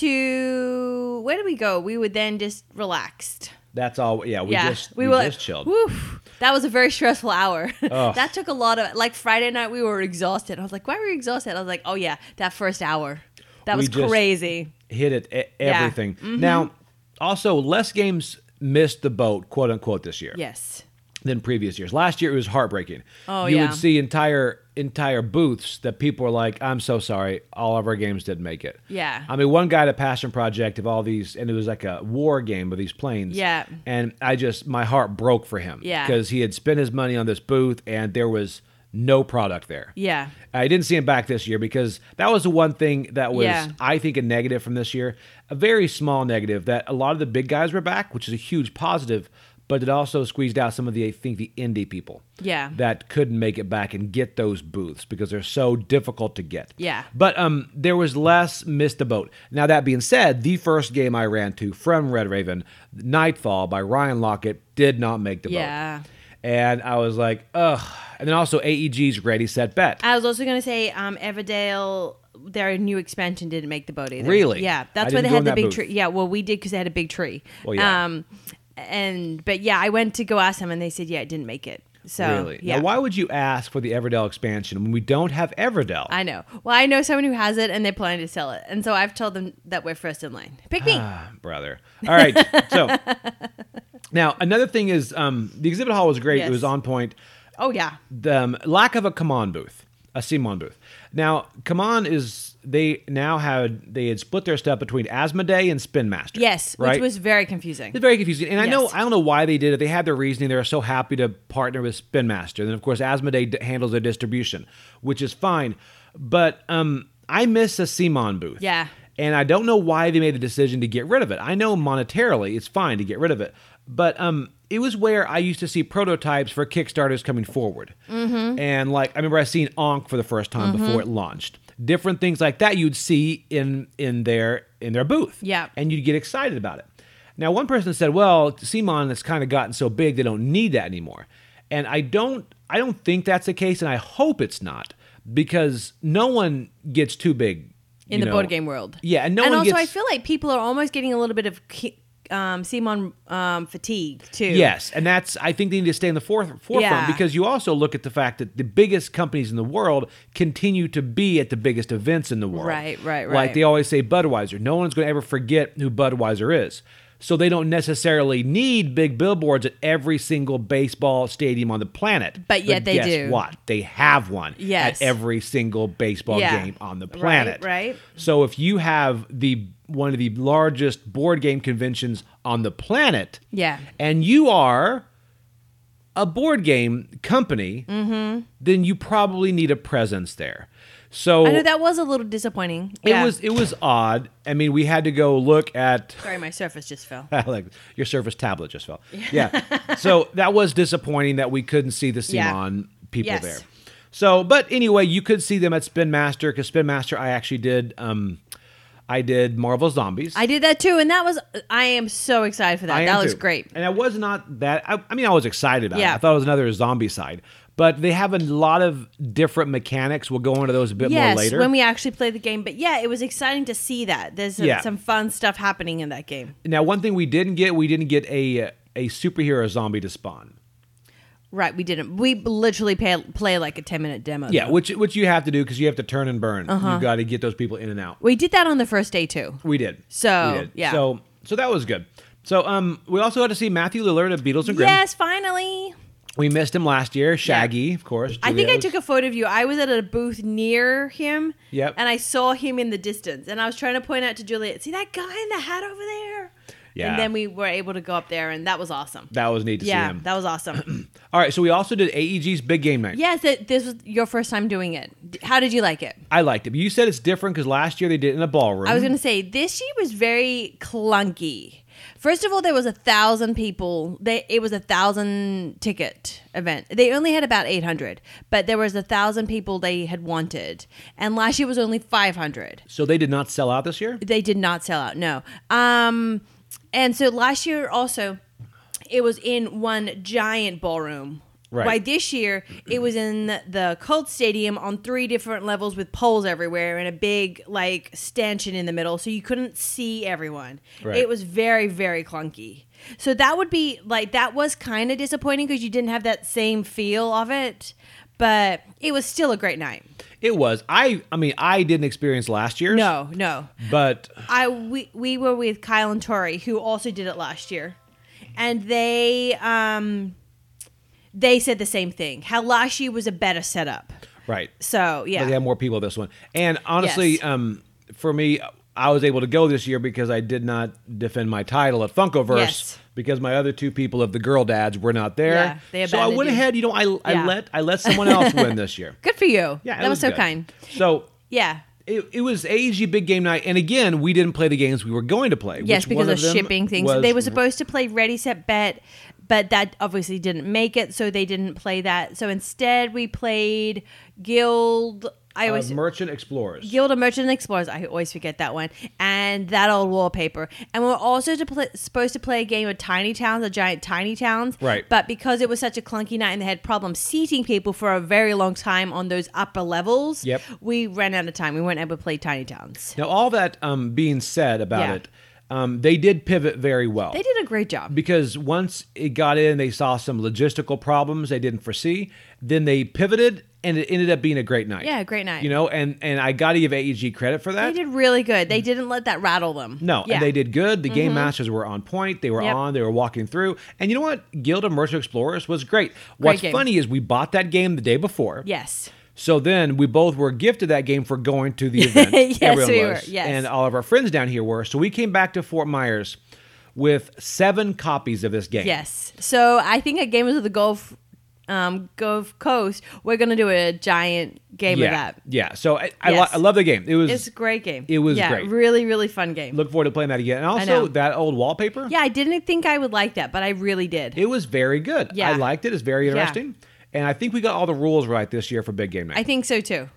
S2: to where did we go? We were then just relaxed.
S1: That's all. Yeah, we
S2: yeah.
S1: just we,
S2: were
S1: just chilled. Oh.
S2: Woof. That was a very stressful hour. [LAUGHS]
S1: Ugh.
S2: that took a lot of like Friday night we were exhausted. I was like, why were you exhausted? I was like, oh yeah, that first hour. That
S1: We
S2: was
S1: just-
S2: crazy.
S1: Hit it e-
S2: Yeah. Mm-hmm.
S1: everything. Now, also less games missed the boat, quote unquote, this year.
S2: Yes.
S1: than previous years. Last year it was heartbreaking.
S2: Oh,
S1: you
S2: yeah.
S1: would see entire entire booths that people are like, "I'm so sorry, all of our games didn't make it."
S2: Yeah.
S1: I mean, one guy had a passion project of all these, and it was like a war game of these planes.
S2: Yeah.
S1: and I just my heart broke for him.
S2: Yeah.
S1: because he had spent his money on this booth, and there was no product there.
S2: Yeah.
S1: I didn't see him back this year because that was the one thing that was,
S2: Yeah.
S1: I think, a negative from this year. A very small negative that a lot of the big guys were back, which is a huge positive, but it also squeezed out some of the, I think, the indie people.
S2: Yeah.
S1: That couldn't make it back and get those booths because they're so difficult to get.
S2: Yeah.
S1: But um, there was less missed the boat. Now, that being said, the first game I ran to from Red Raven, Nightfall by Ryan Lockett, did not make the
S2: Yeah.
S1: boat. And I was like, ugh. And then also AEG's Ready, Set, Bet.
S2: I was also gonna say, um, Everdale their new expansion didn't make the boat either.
S1: Really?
S2: Yeah. That's
S1: I
S2: why
S1: didn't go
S2: they
S1: in
S2: had the
S1: that
S2: big
S1: booth.
S2: tree. Yeah, well we did because they had a big tree.
S1: Well, yeah.
S2: Um and but yeah, I went to go ask them and they said, Yeah, it didn't make it. So
S1: Really?
S2: yeah.
S1: Now, why would you ask for the Everdell expansion when we don't have Everdell?
S2: I know. Well, I know someone who has it and they're planning to sell it. And so I've told them that we're first in line. Pick me.
S1: Ah, brother. All right.
S2: [LAUGHS]
S1: So now another thing is um, the exhibit hall was great.
S2: Yes.
S1: It was on point.
S2: oh, yeah.
S1: The um, lack of a command booth. a Simon booth. Now, Kaman is they now had they had split their stuff between Asmodee and Spin Master.
S2: Yes,
S1: right?
S2: which was very confusing.
S1: It's very confusing. And I know
S2: Yes.
S1: I don't know why they did it. They had their reasoning. They were so happy to partner with Spin Master. And of course, Asmodee d- handles their distribution, which is fine. But um, I miss a Simon booth.
S2: Yeah.
S1: And I don't know why they made the decision to get rid of it. I know monetarily it's fine to get rid of it, but um, it was where I used to see prototypes for Kickstarters coming forward. Mm-hmm. And like I remember I seen Onk for the first time
S2: Mm-hmm.
S1: before it launched. Different things like that you'd see in in their in their booth.
S2: Yeah.
S1: And you'd get excited about it. Now, one person said, "Well, Simon has kind of gotten so big they don't need that anymore," and I don't, I don't think that's the case, and I hope it's not because no one gets too big
S2: in
S1: you
S2: the
S1: know.
S2: board game world.
S1: Yeah, and no
S2: and
S1: one
S2: also
S1: gets.
S2: I feel like people are almost getting a little bit of ki- um, Simon um, fatigue too.
S1: Yes, and that's I think they need to stay in the forth, forefront
S2: Yeah.
S1: because you also look at the fact that the biggest companies in the world continue to be at the biggest events in the world.
S2: Right, right,
S1: Like
S2: right.
S1: they always say Budweiser. No one's going to ever forget who Budweiser is. So they don't necessarily need big billboards at every single baseball stadium on the planet.
S2: But yet they
S1: guess
S2: do.
S1: What they have one
S2: Yes.
S1: at every single baseball
S2: Yeah.
S1: game on the
S2: Right,
S1: planet.
S2: right.
S1: So if you have the one of the largest board game conventions on the planet,
S2: Yeah.
S1: and you are a board game company,
S2: Mm-hmm.
S1: then you probably need a presence there. So
S2: I know that was a little disappointing.
S1: it
S2: Yeah.
S1: was it was odd. I mean, we had to go look at
S2: Sorry, my surface just fell.
S1: [LAUGHS] like your Surface tablet just fell. Yeah. so that was disappointing that we couldn't see the
S2: Yeah.
S1: Simon people
S2: Yes.
S1: there. So, but anyway, you could see them at Spin Master because Spin Master, I actually did. Um, I did Marvel Zombies.
S2: I did that too, and that was. I am so excited for that.
S1: I am
S2: that looks
S1: too.
S2: great.
S1: And I was not that. I, I mean, I was excited about it.
S2: Yeah.
S1: I thought it was another zombie side, but they have a lot of different mechanics. We'll go into those a bit
S2: Yes,
S1: more later.
S2: when we actually played the game, but yeah, it was exciting to see that. There's some,
S1: Yeah.
S2: some fun stuff happening in that game,
S1: now, one thing we didn't get, we didn't get a a superhero zombie to spawn.
S2: right? We didn't. We literally pay, play like a ten minute demo.
S1: Yeah,
S2: though.
S1: which which you have to do because you have to turn and burn.
S2: Uh-huh.
S1: You've got to get those people in and out.
S2: we did that on the first day too.
S1: We did.
S2: So,
S1: We did.
S2: yeah.
S1: So so that was good. So um, we also had to see Matthew Lillard of Beatles and Grimm.
S2: Yes, finally.
S1: We missed him last year. Shaggy, of course.
S2: I think I
S1: Juliet was-
S2: took a photo of you. I was at a booth near him.
S1: Yep.
S2: And I saw him in the distance. And I was trying to point out to Juliet, see that guy in the hat over there?
S1: Yeah.
S2: And then we were able to go up there, and that was awesome.
S1: That was neat to
S2: yeah,
S1: see him.
S2: that was awesome.
S1: All right, so we also did AEG's Big Game Night.
S2: yes, it, this was your first time doing it. D- How did you like it?
S1: I liked it. But you said it's different because last year they did it in a ballroom.
S2: I was going to say, this year was very clunky. First of all, there was a thousand people. They it was a thousand ticket event. They only had about eight hundred, but there was a thousand people they had wanted, and last year was only five hundred.
S1: so they did not sell out this year.
S2: They did not sell out. No. Um, and so last year also, it was in one giant ballroom.
S1: Right.
S2: Why this year it was in the cult stadium on three different levels with poles everywhere and a big like stanchion in the middle, so you couldn't see everyone.
S1: Right.
S2: It was very very clunky. So that would be like that was kind of disappointing because you didn't have that same feel of it, but it was still a great night.
S1: It was. I. I mean, I didn't experience last year's.
S2: No, no.
S1: But
S2: I we, we were with Kyle and Tori who also did it last year, and they um they said the same thing. How last year was a better setup.
S1: right.
S2: So
S1: But
S2: yeah,
S1: they have more people this one. And honestly,
S2: Yes.
S1: um, for me, I was able to go this year because I did not defend my title at Funkoverse
S2: Yes.
S1: because my other two people of the girl dads were not there.
S2: Yeah, they
S1: so I
S2: abandoned
S1: went
S2: you.
S1: ahead. You know, I I
S2: Yeah.
S1: let I let someone else win this
S2: [LAUGHS]
S1: year.
S2: good for you.
S1: Yeah, it
S2: that was, so
S1: good.
S2: kind.
S1: So.
S2: Yeah.
S1: It, it was AEG big game night, and again, we didn't play the games we were going to play.
S2: Yes,
S1: which one
S2: because of,
S1: them
S2: shipping things.
S1: was
S2: they were supposed to play Ready Set Bet, but that obviously didn't make it, so they didn't play that. So instead, we played Guild. I
S1: uh,
S2: always
S1: Merchant Explorers.
S2: Guild of Merchant Explorers. I always forget that one. And that old wallpaper. And we're also to pl- supposed to play a game of Tiny Towns, a giant Tiny Towns.
S1: Right.
S2: But because it was such a clunky night and they had problems seating people for a very long time on those upper levels,
S1: Yep.
S2: we ran out of time. We weren't able to play Tiny Towns.
S1: Now, all that um, being said about
S2: Yeah.
S1: it, um, they did pivot very well.
S2: They did a great job.
S1: because once it got in, they saw some logistical problems they didn't foresee. Then they pivoted, and it ended up being a great night.
S2: Yeah, great night.
S1: You know, and and I got E to give AEG credit for
S2: they
S1: that.
S2: did really good. They didn't let that rattle them.
S1: No,
S2: Yeah. Mm-hmm.
S1: and they did good. The game masters were on point. They were
S2: Yep.
S1: on. They were walking through. And you know what? Guild of Merchant Explorers was great. What's
S2: game.
S1: funny is we bought that game the day before.
S2: Yes.
S1: So then we both were gifted that game for going to
S2: [LAUGHS]
S1: the event.
S2: Yes,
S1: Everyone
S2: we
S1: was.
S2: were, yes.
S1: And all of our friends down here were. So we came back to Fort Myers with seven copies of this game.
S2: Yes. So I think at Gamers of the Gulf, um, Gulf Coast, we're gonna do a giant game
S1: Yeah.
S2: of that.
S1: Yeah. So I, I, lo-
S2: Yes.
S1: I love the game. It was.
S2: It's a great game.
S1: It was
S2: yeah,
S1: great.
S2: Really, really fun game.
S1: look forward to playing that again. And
S2: know.
S1: also that old wallpaper.
S2: yeah, I didn't think I would like that, but I really did.
S1: It was very good.
S2: Yeah.
S1: I liked it. It's very
S2: Yeah.
S1: interesting. And I think we got all the rules right this year for Big Game Night.
S2: I think so too.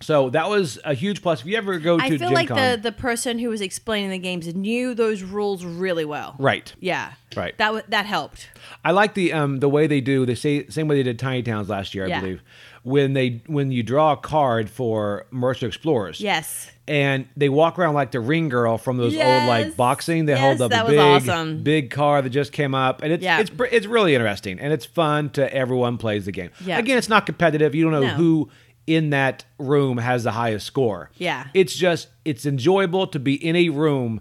S1: so that was a huge plus. If you ever go to
S2: I feel
S1: Gen
S2: like
S1: Con,
S2: the the person who was explaining the games knew those rules really well.
S1: right.
S2: Yeah.
S1: Right.
S2: That w- that helped.
S1: I like the um the way they do the same same way they did Tiny Towns last year, I
S2: Yeah.
S1: believe. When they when you draw a card for Mercer Explorers,
S2: Yes.
S1: and they walk around like the ring girl from those old
S2: Yes.
S1: like boxing. They
S2: Yes,
S1: hold up
S2: that
S1: a
S2: was
S1: big
S2: awesome.
S1: big car that just came up, and it's
S2: Yeah.
S1: it's pre- it's really interesting and it's fun to everyone plays the game.
S2: Yeah.
S1: Again, it's not competitive. You don't know
S2: No.
S1: who in that room has the highest score.
S2: Yeah.
S1: it's just it's enjoyable to be in a room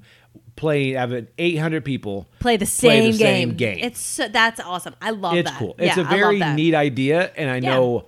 S1: playing having eight hundred people
S2: Play the same
S1: play the
S2: game.
S1: same game.
S2: It's so, that's awesome. I love
S1: it's
S2: that.
S1: cool. It's
S2: yeah,
S1: a
S2: I love
S1: very
S2: that.
S1: neat idea, and I
S2: Yeah.
S1: know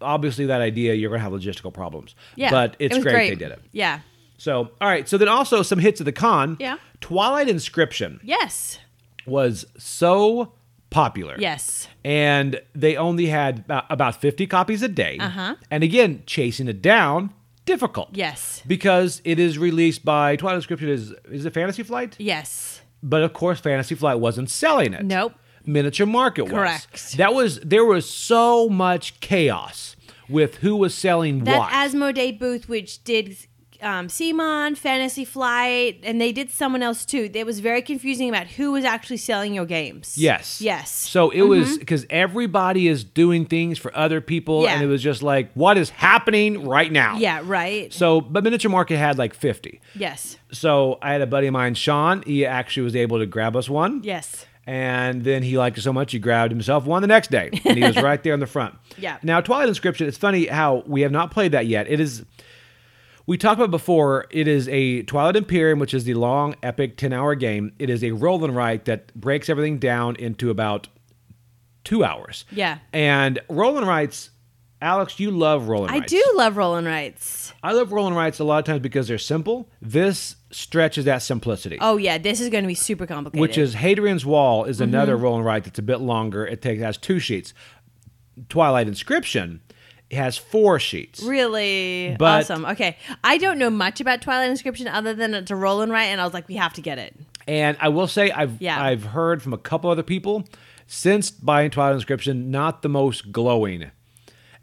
S1: obviously that idea you're gonna have logistical problems.
S2: Yeah.
S1: but it's
S2: it was
S1: great, they did it.
S2: Yeah.
S1: So all right, so then also some hits of the con.
S2: Yeah.
S1: Twilight Inscription
S2: Yes.
S1: was so popular.
S2: Yes.
S1: And they only had about- about 50 copies a day.
S2: Uh-huh.
S1: And again, chasing it down, difficult.
S2: Yes.
S1: Because it is released by Twilight Inscription is is it Fantasy Flight?
S2: Yes.
S1: But of course, Fantasy Flight wasn't selling it.
S2: Nope.
S1: Miniature Market was.
S2: Correct.
S1: That was there was so much chaos with who was selling
S2: That
S1: what.
S2: Asmodee booth, which did um, Simon, Fantasy Flight, and they did someone else too. It was very confusing about who was actually selling your games.
S1: yes.
S2: Yes. Mm-hmm.
S1: So it was because everybody is doing things for other people,
S2: Yeah.
S1: and it was just like, what is happening right now?
S2: yeah. Right.
S1: So, but Miniature Market had like fifty.
S2: yes.
S1: So I had a buddy of mine, Sean. He actually was able to grab us one.
S2: Yes.
S1: And then he liked it so much, he grabbed himself one the next day. And
S2: [LAUGHS]
S1: he was right there in the front.
S2: Yeah.
S1: Now, Twilight Inscription, it's funny how we have not played that yet. It is, we talked about before, it is a Twilight Imperium, which is the long, epic 10 hour game. It is a roll and write that breaks everything down into about two hours.
S2: Yeah.
S1: And roll and writes, Alex, you love roll and
S2: I
S1: writes.
S2: do love rolling rights.
S1: I love roll and writes a lot of times because they're simple. This stretches that simplicity.
S2: Oh yeah, this is going to be super complicated.
S1: Which is Hadrian's Wall is another roll and write that's a bit longer. It takes has two sheets. Twilight Inscription has four sheets.
S2: really
S1: But-
S2: awesome. Okay, I don't know much about Twilight Inscription other than it's a roll and write, and I was like, we have to get it.
S1: And I will say I've
S2: Yeah.
S1: I've heard from a couple other people since buying Twilight Inscription, not the most glowing.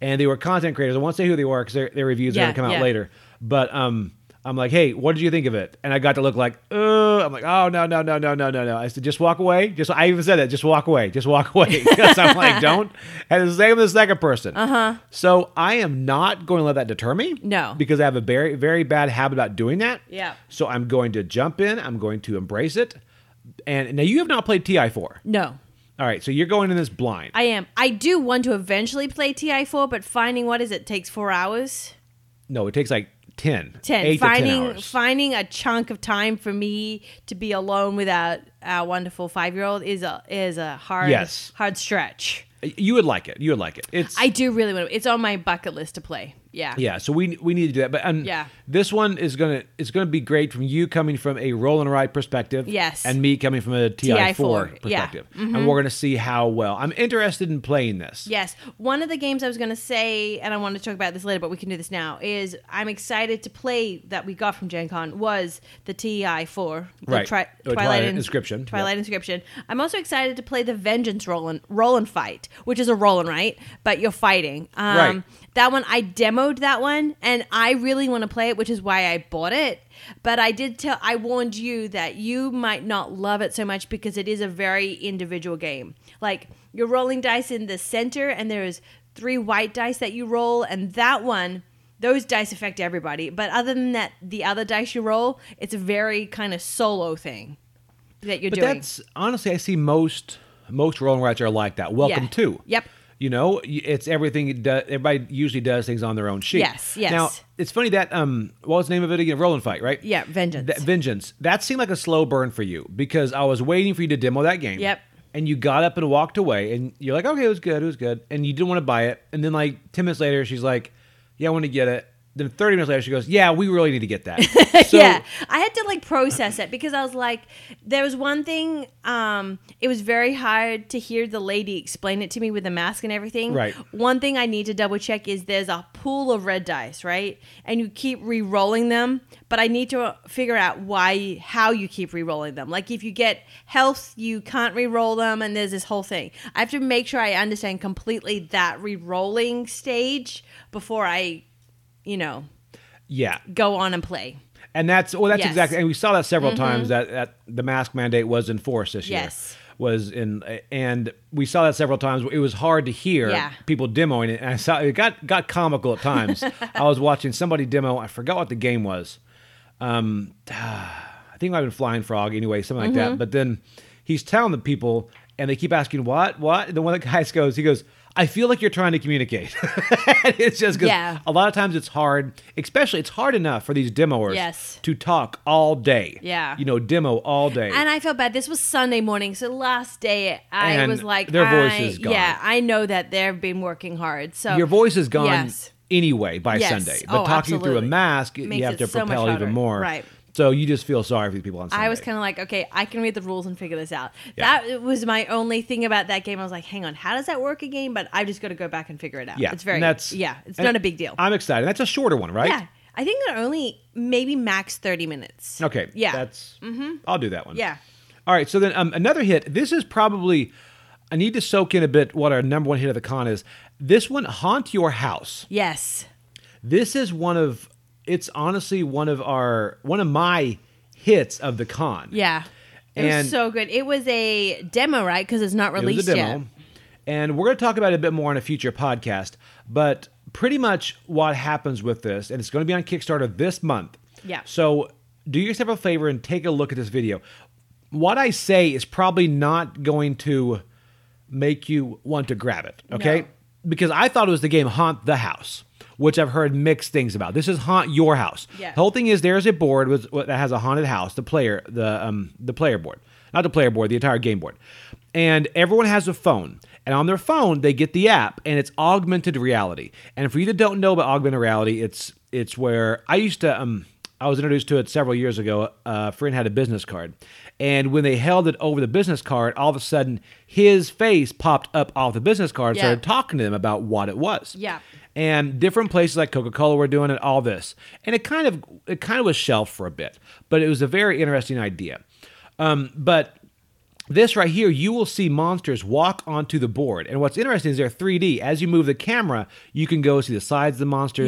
S1: And they were content creators. I won't say who they were because their, their reviews
S2: Yeah,
S1: are gonna come out
S2: yeah.
S1: later. But um I'm like, hey, what did you think of it? And I got to look like, uh, I'm like, oh no, no, no, no, no, no, no. I said, just walk away. Just I even said that, just walk away, just walk away. [LAUGHS] Because I'm like, don't. And the same with the second person. Uh-huh. So I am not going to let that deter me.
S2: No.
S1: Because I have a very very bad habit about doing that.
S2: Yeah.
S1: So I'm going to jump in. I'm going to embrace it. And now you have not played TI4. All
S2: No,
S1: right, so you're going in this blind.
S2: I am. I do want to eventually play TI4, but finding what is it takes four hours.
S1: no, it takes like 10.
S2: 10
S1: Eight
S2: finding
S1: to 10 hours.
S2: finding a chunk of time for me to be alone without our wonderful 5-year-old is a is a hard
S1: Yes.
S2: hard stretch.
S1: you would like it. You would like it. It's
S2: I do really want to it's on my bucket list to play. Yeah.
S1: Yeah, so we we need to do that. But um,
S2: Yeah.
S1: this one is gonna it's gonna be great from you coming from a roll and ride perspective.
S2: Yes.
S1: And me coming from a TI4,
S2: TI4, yeah. Mm-hmm.
S1: perspective. And we're gonna see how well. I'm interested in playing this.
S2: Yes. One of the games I was going to say and I want to talk about this later but we can do this now is I'm excited to play that we got from Gen Con was the TI4 the
S1: Right.
S2: tri-
S1: Oh,
S2: Twilight,
S1: Twilight
S2: Ins-
S1: Inscription.
S2: Twilight
S1: Yep.
S2: Inscription. I'm also excited to play the Vengeance roll and, roll and fight, which is a roll and right, but you're fighting. Um,
S1: Right.
S2: That one, I demoed that one, and I really want to play it, which is why I bought it. But I did tell, I warned you that you might not love it so much because it is a very individual game. Like you're rolling dice in the center, and there's three white dice that you roll, and that one. Those dice affect everybody, but other than that, the other dice you roll, it's a very kind of solo thing that you're
S1: But
S2: doing.
S1: that's honestly, I see most most roll and rides are like that. Welcome
S2: Yeah.
S1: to.
S2: Yep.
S1: You know, y- it's everything. It does, everybody usually does things on their own sheet.
S2: Yes, yes.
S1: Now it's funny that um, what was the name of it again? Roll and fight, right?
S2: Yeah, Vengeance.
S1: That, vengeance. That seemed like a slow burn for you because I was waiting for you to demo that game.
S2: Yep.
S1: And you got up and walked away, and you're like, okay, it was good, it was good, and you didn't want to buy it. And then like ten minutes later, she's like, yeah, I want to get it. Then 30 minutes later, she goes, yeah, we really need to get that. So,
S2: [LAUGHS] yeah, I had to like process it because I was like, there was one thing. Um, it was very hard to hear the lady explain it to me with the mask and everything.
S1: Right.
S2: One thing I need to double check is there's a pool of red dice, right? And you keep re-rolling them, but I need to figure out why, how you keep re-rolling them. Like if you get health, you can't re-roll them, and there's this whole thing. I have to make sure I understand completely that re-rolling stage before I, you know,
S1: Yeah.
S2: go on and play.
S1: And that's well, that's
S2: Yes. Mm-hmm.
S1: exactly. And we saw that several times that, that the mask mandate was enforced this year.
S2: Yes.
S1: Was in, and we saw that several times. It was hard to hear
S2: Yeah.
S1: people demoing it, and I saw it got got comical at times.
S2: [LAUGHS]
S1: I was watching somebody demo. I forgot what the game was. Um, [SIGHS] I think it might have been Flying Frog, anyway, something like
S2: Mm-hmm.
S1: that. But then he's telling the people, and they keep asking what, what. And the one of the guys goes, he goes. I feel like you're trying to communicate. [LAUGHS] And it's just 'cause
S2: Yeah.
S1: a lot of times it's hard, especially it's hard enough for these demoers
S2: Yes.
S1: to talk all day.
S2: Yeah.
S1: You know, demo all day.
S2: And I felt bad. This was Sunday morning, so last day I
S1: And
S2: was like,
S1: their voice
S2: I-
S1: is gone.
S2: Yeah, I know that they've been working hard. So
S1: Your voice is gone
S2: Yes.
S1: anyway by
S2: Yes.
S1: Sunday. But
S2: Oh,
S1: talking through a
S2: absolutely.
S1: mask, you
S2: Makes
S1: have
S2: it
S1: to
S2: so much
S1: propel
S2: harder.
S1: even more.
S2: Right.
S1: So you just feel sorry for these people on Sunday.
S2: I was kind of like, okay, I can read the rules and figure this out.
S1: Yeah.
S2: That was my only thing about that game. I was like, hang on, how does that work again? But I just got to go back and figure it out.
S1: yeah,
S2: it's very
S1: and that's
S2: yeah, it's
S1: and
S2: not a big deal.
S1: I'm excited. That's a shorter one, right?
S2: yeah, I think they're only maybe max thirty minutes.
S1: Okay.
S2: Yeah. Mm-hmm.
S1: That's. I'll do that one.
S2: Yeah.
S1: All right. So then um, another hit. This is probably. I need to soak in a bit what our number one hit of the con is. This one, haunt your house.
S2: Yes.
S1: This is one of. It's honestly one of our one of my hits of the con.
S2: Yeah. It
S1: And-
S2: was so good. It was a demo, right? Because it's not
S1: It was
S2: released
S1: a demo,
S2: yet.
S1: and we're going to talk about it a bit more in a future podcast. But pretty much what happens with this, and it's going to be on Kickstarter this month.
S2: Yeah.
S1: So do yourself a favor and take a look at this video. What I say is probably not going to make you want to grab it. Okay.
S2: No.
S1: Because I thought it was the game Haunt the House, which I've heard mixed things about. This is Haunt Your House.
S2: Yeah.
S1: The whole thing is there is a board with, that has a haunted house. The player, the um, the player board, not the player board, the entire game board, and everyone has a phone. And on their phone, they get the app, and it's augmented reality. And for you that don't know about augmented reality, it's it's where I used to um. I was introduced to it several years ago. A friend had a business card, and when they held it over the business card, all of a sudden his face popped up off the business card. and
S2: Yeah.
S1: Started talking to them about what it was.
S2: Yeah.
S1: And different places like Coca Cola were doing it, all this. And it kind of it kind of was shelved for a bit, but it was a very interesting idea. Um, but this right here, you will see monsters walk onto the board. And what's interesting is they're 3D. As you move the camera, you can go see the sides of the monsters,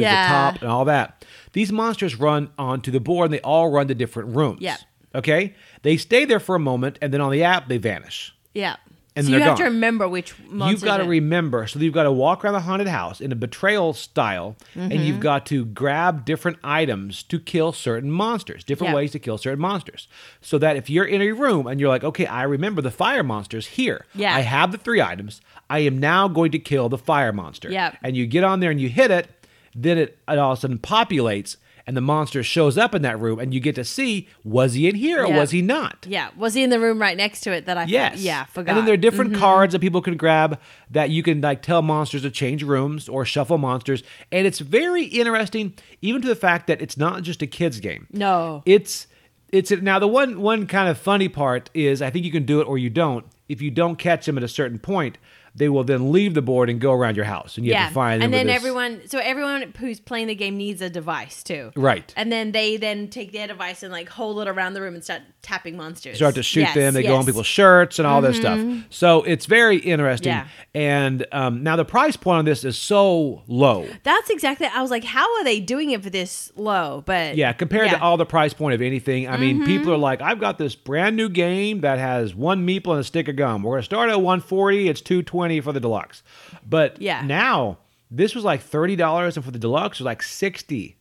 S1: the
S2: Yeah.
S1: top, and all that. These monsters run onto the board and they all run to different rooms.
S2: Yeah.
S1: Okay? They stay there for a moment and then on the app they vanish.
S2: Yeah.
S1: And
S2: so
S1: they're
S2: you have to
S1: gone.
S2: remember which monsters
S1: You've got to
S2: are-
S1: remember. So you've got to walk around the haunted house in a betrayal style,
S2: Mm-hmm.
S1: and you've got to grab different items to kill certain monsters, different
S2: Yeah.
S1: ways to kill certain monsters. So that if you're in a room and you're like, okay, I remember the fire monsters here.
S2: Yeah.
S1: I have the three items. I am now going to kill the fire monster.
S2: Yep.
S1: And you get on there and you hit it, then it, it all of a sudden populates, and the monster shows up in that room, and you get to see was he in here or
S2: Yeah.
S1: was he not?
S2: Yeah, was he in the room right next to it that I?
S1: Yes.
S2: Yeah, forgot. Mm-hmm.
S1: And then there are different cards that people can grab that you can like tell monsters to change rooms or shuffle monsters, and it's very interesting, even to the fact that it's not just a kids game.
S2: No.
S1: it's it's now the one one kind of funny part is I think you can do it or you don't. If you don't catch them at a certain point, they will then leave the board and go around your house, and you
S2: yeah,
S1: have to find them
S2: and
S1: with
S2: then
S1: this-
S2: everyone. So everyone who's playing the game needs a device too.
S1: Right.
S2: And then they then take their device and like hold it around the room and start tapping monsters.
S1: start to shoot
S2: Yes,
S1: them. They go on
S2: yes. Mm-hmm.
S1: people's shirts and all this stuff. So it's very interesting.
S2: Yeah.
S1: And um, now the price point on this is so low.
S2: That's exactly. I was like, how are they doing it for this low? But
S1: Yeah, compared to
S2: yeah. Mm-hmm.
S1: all the price point of anything, I mean, people are like, I've got this brand new game that has one meeple and a stick of gum. We're gonna start at 140. It's 220 for the deluxe. But
S2: Yeah.
S1: now this was like thirty dollars, and for the deluxe it was like sixty.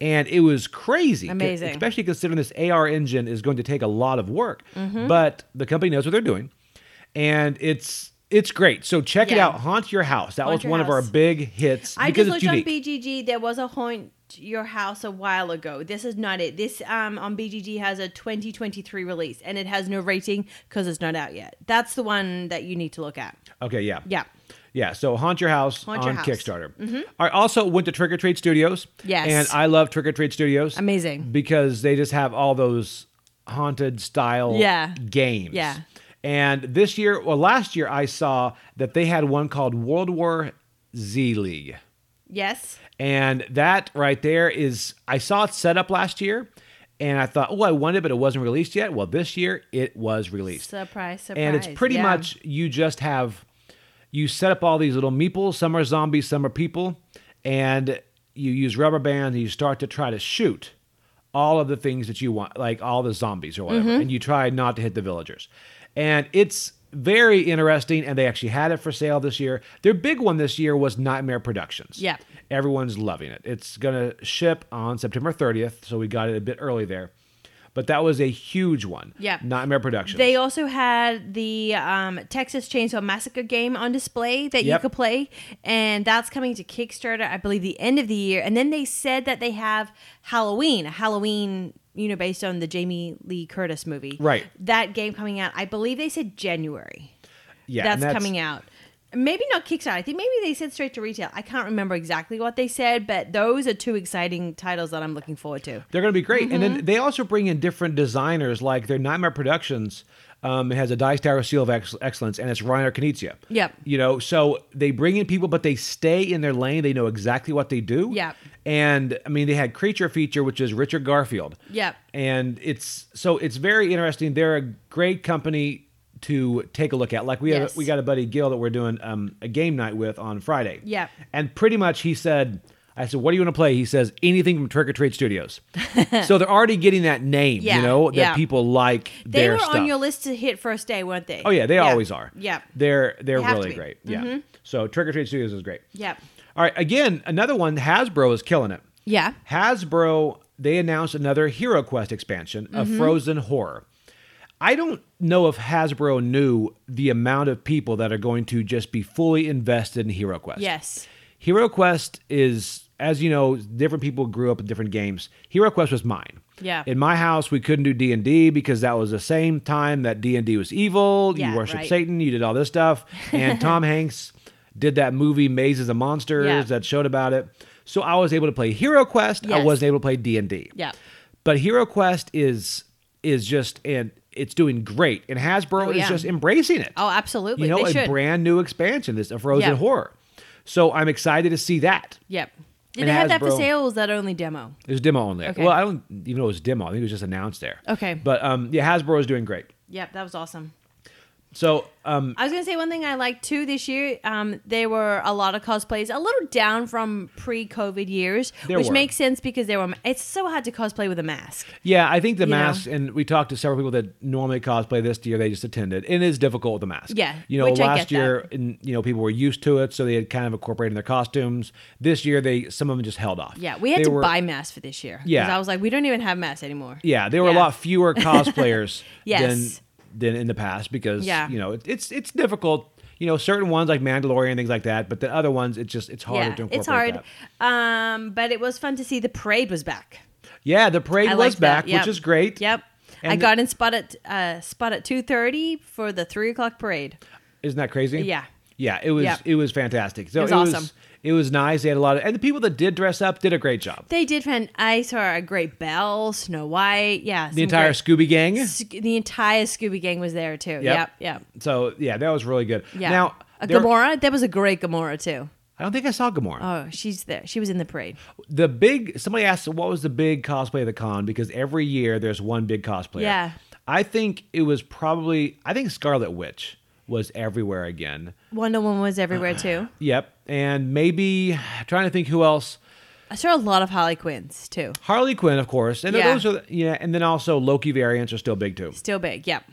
S1: And it was crazy,
S2: Amazing.
S1: especially considering this AR engine is going to take a lot of work.
S2: Mm-hmm.
S1: But the company knows what they're doing, and it's it's great. So check it
S2: Yeah.
S1: out, haunt your house. That
S2: Haunt
S1: was
S2: Your
S1: one of our
S2: House.
S1: big hits
S2: I
S1: because
S2: just looked
S1: it's unique.
S2: on BGG. There was a haunt your house a while ago. This is not it. This um on BGG has a 2023 release and it has no rating because it's not out yet. That's the one that you need to look at.
S1: okay, yeah,
S2: Yeah.
S1: Yeah, so Haunt Your House
S2: Haunt Your
S1: on
S2: House. Mm-hmm.
S1: Kickstarter. I also went to Trick or Treat Studios.
S2: Yes.
S1: And I love Trick or Treat Studios.
S2: Amazing.
S1: Because they just have all those haunted style
S2: Yeah.
S1: games.
S2: Yeah.
S1: And this year, well, last year, I saw that they had one called World War Z League.
S2: Yes.
S1: And that right there is, I saw it set up last year and I thought, oh, I wanted it, but it wasn't released yet. Well, this year it was released.
S2: Surprise, surprise.
S1: and it's pretty
S2: Yeah.
S1: much you just have, you set up all these little meeples. Some are zombies, some are people. And you use rubber bands and you start to try to shoot all of the things that you want, like all the zombies or whatever.
S2: Mm-hmm.
S1: And you try not to hit the villagers. And it's very interesting. And they actually had it for sale this year. Their big one this year was Nightmare Productions.
S2: Yeah.
S1: Everyone's loving it. It's going to ship on September 30th, so we got it a bit early there. But that was a huge one.
S2: Yeah.
S1: Nightmare Productions.
S2: They also had the um, Texas Chainsaw Massacre game on display that
S1: Yep.
S2: you could play, and that's coming to Kickstarter, I believe, the end of the year. And then they said that they have Halloween, a Halloween, you know, based on the Jamie Lee Curtis movie,
S1: Right.
S2: That game coming out, I believe they said January.
S1: yeah,
S2: that's, coming out. Maybe not Kickstarter. I think maybe they said straight to retail. I can't remember exactly what they said, but those are two exciting titles that I'm looking forward to.
S1: They're going to be great. And then
S2: Mm-hmm.
S1: they also bring in different designers, like their Nightmare Productions. Um, it has a Dice Tower Seal of ex- Excellence, and it's Reiner Knizia.
S2: Yep.
S1: You know, so they bring in people, but they stay in their lane. They know exactly what they do.
S2: Yep.
S1: And I mean, they had Creature Feature, which is Richard Garfield.
S2: Yep.
S1: And it's so it's very interesting. They're a great company to take a look at. Like we have
S2: Yes.
S1: we got a buddy Gil that we're doing um, a game night with on Friday.
S2: Yep.
S1: And pretty much he said, I said, what do you want to play? He says, anything from Trick or Treat
S2: [LAUGHS]
S1: Studios. so they're already getting that name,
S2: Yeah,
S1: you know, that
S2: yeah.
S1: people like
S2: They
S1: their
S2: were
S1: stuff.
S2: on your list to hit first day, weren't they?
S1: Oh yeah, they always are.
S2: Yep.
S1: They're they're
S2: They have to
S1: really
S2: be. Mm-hmm.
S1: great. Yeah. So Trick or Treat Studios is great.
S2: Yep.
S1: All right, again, another one, Hasbro is killing it.
S2: Yeah.
S1: Hasbro, they announced another Hero Quest expansion of Frozen Horror. I don't know if Hasbro knew the amount of people that are going to just be fully invested in Hero Quest.
S2: Yes.
S1: Hero Quest is, as you know, different people grew up with different games. Hero Quest was mine.
S2: Yeah.
S1: In my house, we couldn't do D and D because that was the same time that D and D was evil.
S2: Yeah,
S1: you worship
S2: right.
S1: Satan. You did all this stuff,
S2: [LAUGHS]
S1: and Tom Hanks did that movie Mazes of Monsters
S2: Yeah.
S1: that showed about it. So I was able to play Hero Quest. I
S2: Yes.
S1: wasn't able to play D and D.
S2: Yeah.
S1: But Hero Quest is is just and it's doing great, and Hasbro
S2: Oh,
S1: is
S2: yeah.
S1: just embracing it
S2: Oh, absolutely.
S1: you know,
S2: they
S1: a
S2: should.
S1: brand new expansion, this a Frozen
S2: Yeah.
S1: horror. So I'm excited to see that.
S2: yep. Did
S1: And
S2: they have that for
S1: Hasbro.
S2: sale? Or was that only demo?
S1: There's demo only.
S2: Okay.
S1: Well, I don't even know it was demo. I think it was just announced there.
S2: Okay.
S1: But um, yeah, Hasbro is doing great.
S2: Yep, that was awesome.
S1: So um,
S2: I was gonna say one thing I liked too this year. Um, there were a lot of cosplays, a little down from pre-COVID years,
S1: There
S2: which
S1: were.
S2: makes sense because there were. It's so hard to cosplay with a mask.
S1: yeah, I think the
S2: You know.
S1: mask, and we talked to several people that normally cosplay this year. They just attended, and it is difficult with the mask.
S2: Yeah,
S1: You know,
S2: which I
S1: last
S2: get that.
S1: year, and you know, people were used to it, so they had kind of incorporated in their costumes. This year, they some of them just held off.
S2: Yeah, we had
S1: They
S2: to
S1: were-
S2: buy masks for this year. 'Cause
S1: Yeah.
S2: I was like, we don't even have masks anymore.
S1: Yeah, there were a
S2: Yeah.
S1: lot
S2: [LAUGHS]
S1: fewer cosplayers
S2: Yes.
S1: than than in the past because
S2: Yeah.
S1: you know it, it's it's difficult. You know, certain ones like Mandalorian and things like that, but the other ones it's just it's harder to
S2: yeah,
S1: incorporate.
S2: it's hard.
S1: that.
S2: Um, but it was fun to see the parade was back.
S1: Yeah, the parade
S2: I
S1: was
S2: liked that,
S1: back,
S2: yep.
S1: which is great.
S2: Yep.
S1: And
S2: I
S1: the-
S2: got in spot at uh, spot at two thirty for the three o'clock parade.
S1: Isn't that crazy?
S2: Yeah.
S1: Yeah, it was
S2: Yep.
S1: it was fantastic. So
S2: It was awesome.
S1: it was nice. They had a lot of and the people that did dress up did a great job.
S2: They did. Fan- I saw a great Belle, Snow White. Yeah,
S1: The entire Scooby Gang.
S2: the entire Scooby Gang was there too. Yep. Yep. Yep.
S1: So yeah, that was really good.
S2: Yeah.
S1: Now
S2: a
S1: there-
S2: Gamora. That was a great Gamora too.
S1: I don't think I saw Gamora.
S2: Oh, she's there. She was in the parade.
S1: the big somebody asked what was the big cosplay of the con because every year there's one big cosplayer.
S2: Yeah.
S1: I think it was probably I think Scarlet Witch was everywhere again.
S2: Wonder Woman was everywhere too.
S1: Yep. And maybe trying to think who else.
S2: I saw a lot of Harley Quinns too.
S1: Harley Quinn, of course. And
S2: Yeah.
S1: those are the- yeah, and then also Loki variants are still big too.
S2: Still big. Yep.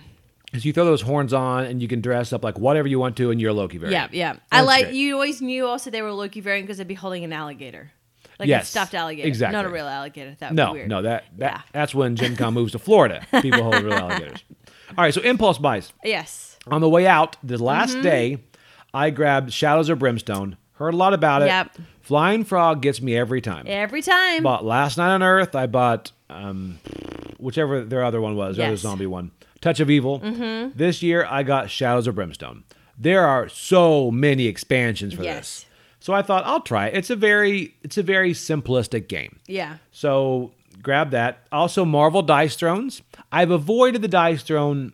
S1: Because you throw those horns on and you can dress up like whatever you want to and you're a Loki
S2: Yep.
S1: variant.
S2: Yep. I
S1: That's
S2: like
S1: great.
S2: you always knew also they were Loki variant because they'd be holding an alligator, like a
S1: Yes,
S2: stuffed alligator,
S1: exactly.
S2: not a real alligator. That would
S1: No,
S2: be weird.
S1: no, that, that
S2: Yeah.
S1: that's when Gen Con moves to Florida. People hold real
S2: [LAUGHS]
S1: alligators. All right, so impulse buys.
S2: Yes.
S1: On the way out, the
S2: Mm-hmm.
S1: last day, I grabbed Shadows of Brimstone. Heard a lot about it.
S2: Yep.
S1: Flying Frog gets me every time.
S2: Every time.
S1: Bought Last Night on Earth. I bought um, whichever their other one was, their other
S2: Yes. Mm-hmm.
S1: zombie one. Touch of Evil. This year, I got Shadows of Brimstone. There are so many expansions for
S2: Yes.
S1: this. So I thought I'll try. it. It's a very it's a very simplistic game.
S2: Yeah.
S1: So grab that. Also, Marvel Dice Thrones. I've avoided the Dice Throne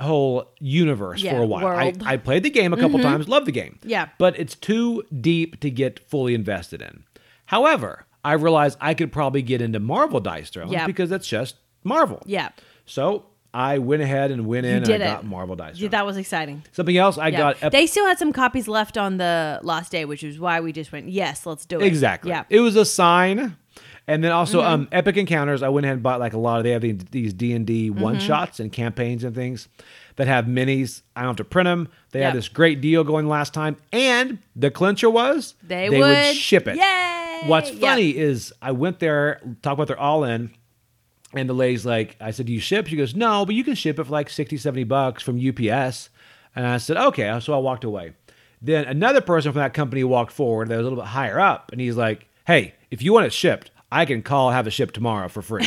S1: whole universe
S2: Yeah,
S1: for a while. I,
S2: world. Mm-hmm.
S1: I played the game a couple times, love the game.
S2: Yeah.
S1: But it's too deep to get fully invested in. However, I realized I could probably get into Marvel Dice Throne
S2: Yeah.
S1: because that's just Marvel.
S2: Yeah.
S1: So I went ahead and went in and I
S2: did it.
S1: got Marvel Dice
S2: Yeah,
S1: Throne.
S2: that was exciting.
S1: Something else I
S2: Yeah.
S1: got Ep-
S2: they still had some copies left on the last day, which is why we just went, yes, let's do it.
S1: Exactly.
S2: Yeah. Mm-hmm.
S1: It was a sign. And then also um, Epic Encounters, I went ahead and bought like a lot of they have the- these D and D
S2: Mm-hmm.
S1: one shots and campaigns and things that have minis. I don't have to print them. They
S2: Yep.
S1: had this great deal going last time, and the clincher was
S2: They
S1: would.
S2: would.
S1: ship it.
S2: Yay!
S1: What's
S2: Yep.
S1: funny is I went there, talk about their all in, and the lady's like, I said, Do you ship? She goes, No, but you can ship it for like 60, 70 bucks from UPS. And I said, Okay. So I walked away. Then another person from that company walked forward that was a little bit higher up, and he's like, Hey, if you want it shipped, I can call have it shipped tomorrow for
S2: [LAUGHS]
S1: free.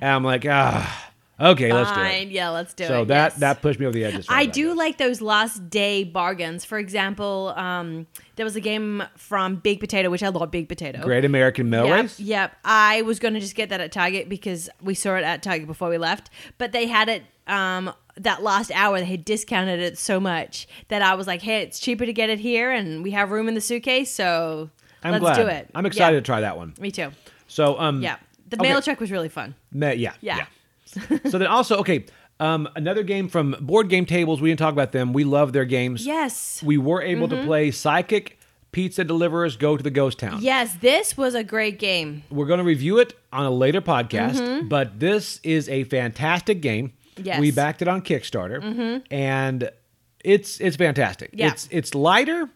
S1: and I'm like, ah, okay, let's do
S2: Fine.
S1: it.
S2: Yeah, let's do it.
S1: So that
S2: yes.
S1: that pushed me over the edge. as far
S2: I
S1: as that
S2: do
S1: goes.
S2: like those last day bargains. For example, um, there was a game from Big Potato, which I love Big Potato.
S1: Great American Mill
S2: Yep,
S1: Race.
S2: yep. I was going to just get that at Target because we saw it at Target before we left, but they had it um, that last hour. They had discounted it so much that I was like, "Hey, it's cheaper to get it here, and we have room in the suitcase, so
S1: I'm
S2: let's
S1: glad.
S2: do it."
S1: I'm excited
S2: Yeah,
S1: to try that one.
S2: me too.
S1: So um
S2: Yeah, the
S1: okay.
S2: mail truck was really fun.
S1: Ma- yeah,
S2: Yeah.
S1: so then also, okay, um, another game from Board Game Tables. We didn't talk about them. We love their games.
S2: Yes. Mm-hmm.
S1: We were able to play Psychic Pizza Deliverers Go to the Ghost Town.
S2: Yes, this was a great game.
S1: We're going to review it on a later podcast, but this is a fantastic game.
S2: Mm-hmm. Yes. Mm-hmm.
S1: We backed it on Kickstarter, and it's it's fantastic.
S2: Yeah.
S1: It's it's lighter,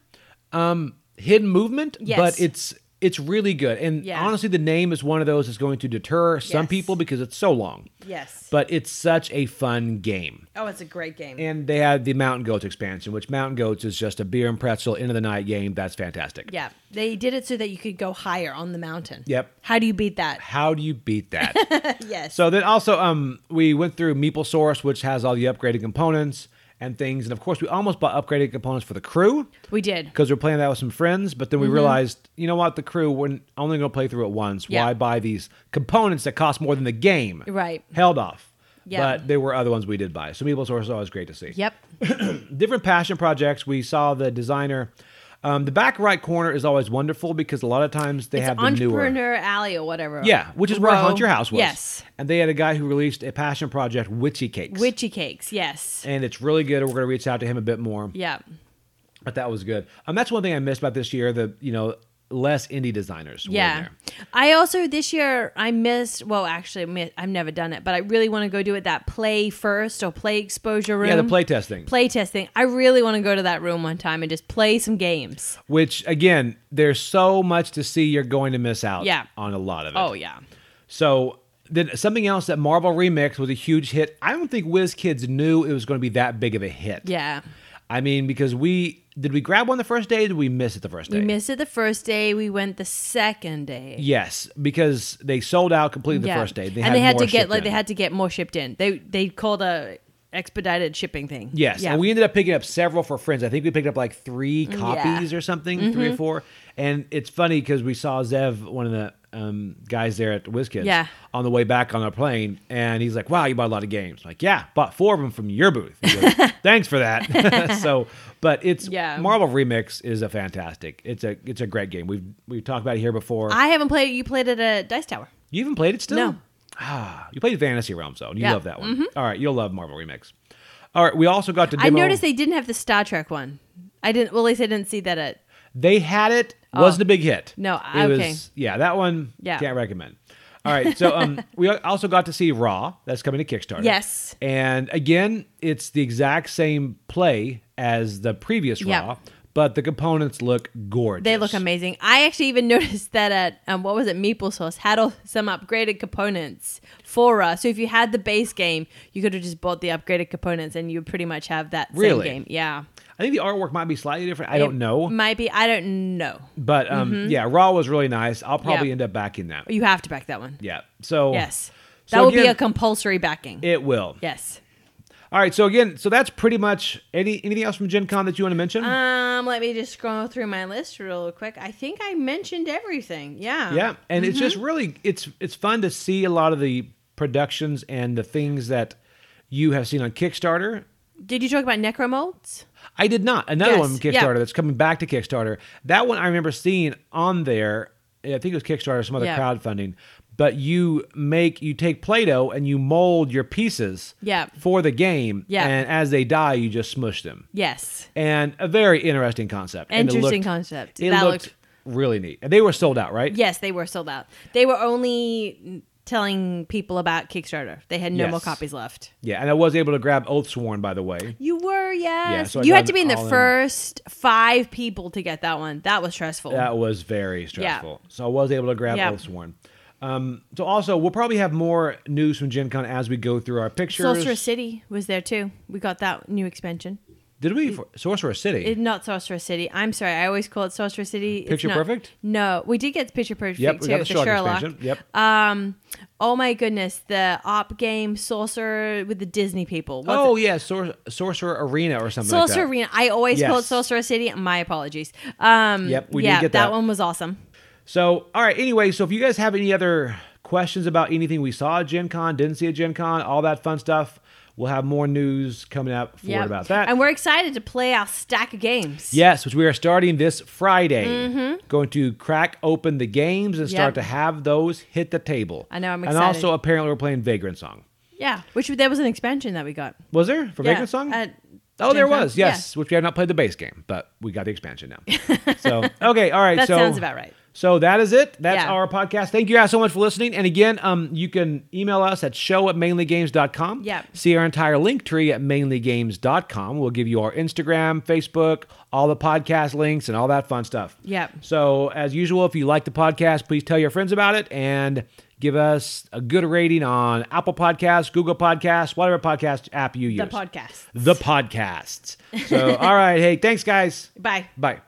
S1: um, hidden movement,
S2: Yes.
S1: but it's it's really good. And
S2: Yeah.
S1: honestly, the name is one of those that's going to deter some
S2: Yes.
S1: people because it's so long.
S2: Yes.
S1: But it's such a fun game.
S2: Oh, it's a great game.
S1: And they had the Mountain Goats expansion, which Mountain Goats is just a beer and pretzel end of the night game. That's fantastic.
S2: yeah, they did it so that you could go higher on the mountain.
S1: Yep.
S2: How do you beat that?
S1: How do you beat
S2: [LAUGHS]
S1: that?
S2: yes.
S1: so then also um we went through Meeple Source, which has all the upgraded components and things. And of course we almost bought upgraded components for the crew
S2: we did.
S1: because we are playing that with some friends, but then
S2: Mm-hmm.
S1: we realized, you know what, the crew we're only gonna play through it once.
S2: Yeah.
S1: Why buy these components that cost more than the game?
S2: Right.
S1: Held off.
S2: Yeah.
S1: But there were other ones we did buy. So Meeple Source is always great to see.
S2: Yep.
S1: different passion projects. We saw the designer. Um, the back right corner is always wonderful because a lot of times they
S2: It's
S1: have the
S2: entrepreneur
S1: newer.
S2: alley or whatever.
S1: Yeah, which is where
S2: Row.
S1: Haunt Your House was.
S2: Yes.
S1: And they had a guy who released a passion project, Witchy Cakes.
S2: Witchy cakes. Yes.
S1: and it's really good. We're going to reach out to him a bit more.
S2: Yeah.
S1: But that was good. Um, that's one thing I missed about this year. The you know less indie designers. were in
S2: Yeah.
S1: there.
S2: I also this year I missed. Well, actually, I mi- I've never done it, but I really want to go do it. That play first or play exposure room.
S1: Yeah, the playtest thing.
S2: play test thing. I really want to go to that room one time and just play some games.
S1: which again, there's so much to see. You're going to miss out.
S2: Yeah.
S1: On a lot of it.
S2: Oh yeah.
S1: So then something else that Marvel Remix was a huge hit. I don't think Whiz Kids knew it was going to be that big of a hit.
S2: Yeah.
S1: I mean, because we did we grab one the first day? Or did we miss it the first day?
S2: We missed it the first day. We went the second day.
S1: yes, because they sold out completely
S2: Yeah.
S1: the first day. They had
S2: and they had
S1: more
S2: to get
S1: shipped
S2: like
S1: in.
S2: they had to get more shipped in. They they called a expedited shipping thing.
S1: Yes,
S2: Yeah.
S1: and we ended up picking up several for friends. I think we picked up like three copies or something,
S2: Mm-hmm.
S1: three or four. And it's funny because we saw Zev, one of the um, guys there at WizKids,
S2: Yeah.
S1: on the way back on our plane, and he's like, "Wow, you bought a lot of games." like, yeah, bought four of them from your booth. He
S2: [LAUGHS]
S1: goes, Thanks for that. [LAUGHS] so, but it's
S2: Yeah.
S1: Marvel Remix is a fantastic. It's a it's a great game. We've we've talked about it here before.
S2: I haven't played it. You played it at Dice Tower.
S1: You even played it still?
S2: No.
S1: Ah, you played Fantasy Realm Zone. You
S2: Yeah. Mm-hmm.
S1: love that one. All right, you'll love Marvel Remix. All right, we also got to demo.
S2: I noticed they didn't have the Star Trek one. I didn't. Well, at least I didn't see that at.
S1: They had it. Wasn't a big hit.
S2: Oh. No,
S1: it
S2: okay.
S1: was. Yeah, that one.
S2: Yeah.
S1: can't recommend. All right, so
S2: [LAUGHS]
S1: um, we also got to see Raw. That's coming to Kickstarter.
S2: Yes.
S1: and again, it's the exact same play as the previous
S2: Yeah.
S1: Raw, but the components look gorgeous.
S2: They look amazing. I actually even [LAUGHS] noticed that at um, what was it? Meeple Sauce had all, some upgraded components for us. So if you had the base game, you could have just bought the upgraded components, and you would pretty much have that
S1: Really?
S2: same game. Yeah.
S1: I think the artwork might be slightly different. I don't know,
S2: Might be. I don't know.
S1: but um,
S2: Mm-hmm.
S1: yeah, Raw was really nice. I'll probably
S2: Yeah.
S1: end up backing that.
S2: You have to back that one.
S1: Yeah. So
S2: Yes.
S1: So
S2: that will be
S1: again-
S2: a compulsory backing.
S1: It will.
S2: yes.
S1: All right, so again, so that's pretty much any anything else from Gen Con that you want to mention?
S2: Um, let me just scroll through my list real quick. I think I mentioned everything. Yeah.
S1: yeah, and it's
S2: mm-hmm.
S1: just really it's it's fun to see a lot of the productions and the things that you have seen on Kickstarter.
S2: Did you talk about necromolts?
S1: I did not. Another one from
S2: Yes, yeah.
S1: Kickstarter that's coming back to Kickstarter. That one I remember seeing on there. I think it was Kickstarter or some other
S2: Yeah.
S1: crowdfunding. But you make you take Play-Doh and you mold your pieces
S2: Yeah.
S1: for the game.
S2: Yeah.
S1: And as they die, you just smush them.
S2: Yes.
S1: And a very interesting concept. And it
S2: Interesting
S1: looked-
S2: concept.
S1: It
S2: That
S1: looked,
S2: looked-
S1: really neat. And they were sold out, right?
S2: Yes, they were sold out. They were only telling people about Kickstarter. They had no
S1: Yes.
S2: more copies left.
S1: Yeah, and I was able to grab Oathsworn, by the way.
S2: You were, yes.
S1: so I
S2: you
S1: got
S2: had to be in the
S1: all in.
S2: first five people to get that one. That was stressful.
S1: That was very stressful. So I was able to grab
S2: Yeah.
S1: Oathsworn. Um, so also, we'll probably have more news from Gen Con as we go through our pictures.
S2: Sorcerer City was there too. We got that new expansion.
S1: Did we? For, Sorcerer City.
S2: It, not Sorcerer City. I'm sorry. I always call it Sorcerer City. It's
S1: Picture
S2: not-
S1: Perfect?
S2: No, we did get Picture Perfect
S1: yep,
S2: too.
S1: we got the Sherlock,
S2: Sherlock.
S1: expansion. Yep.
S2: Um, oh my goodness, the op game Sorcerer with the Disney people. What's
S1: oh yeah, Sor- Sorcerer Arena or something. like
S2: Sorcerer
S1: that.
S2: Arena. I always call it
S1: Yes.
S2: Sorcerer City. My apologies. Um,
S1: Yep, we did
S2: yeah,
S1: get that.
S2: one was awesome.
S1: So, all right. Anyway, so if you guys have any other questions about anything we saw at Gen Con, didn't see at Gen Con, all that fun stuff, we'll have more news coming up forward
S2: Yep.
S1: about that.
S2: And we're excited to play our stack of games.
S1: Yes, which we are starting this Friday. Going to crack open the games and start
S2: Mm-hmm. Yep.
S1: to have those hit the table.
S2: I know, I'm
S1: And
S2: excited.
S1: also, apparently, we're playing Vagrant Song.
S2: Yeah. Which there was an expansion that we got.
S1: Was there for
S2: Yeah, Uh,
S1: Vagrant Song?
S2: at
S1: oh, there
S2: Gen Con.
S1: was. Yes, which we have not played the base game, but we got the expansion
S2: [LAUGHS]
S1: now. so okay, all right.
S2: That
S1: so
S2: sounds about right.
S1: So that is it. That's
S2: Yeah.
S1: our podcast. Thank you guys so much for listening. And again, um, you can email us at show at mainlygames.com.
S2: Yep.
S1: See our entire link tree at mainlygames.com. We'll give you our Instagram, Facebook, all the podcast links, and all that fun stuff.
S2: Yep.
S1: So as usual, if you like the podcast, please tell your friends about it and give us a good rating on Apple Podcasts, Google Podcasts, whatever podcast app you use.
S2: The podcast.
S1: The podcasts. So all right, hey, thanks guys.
S2: Bye.
S1: Bye.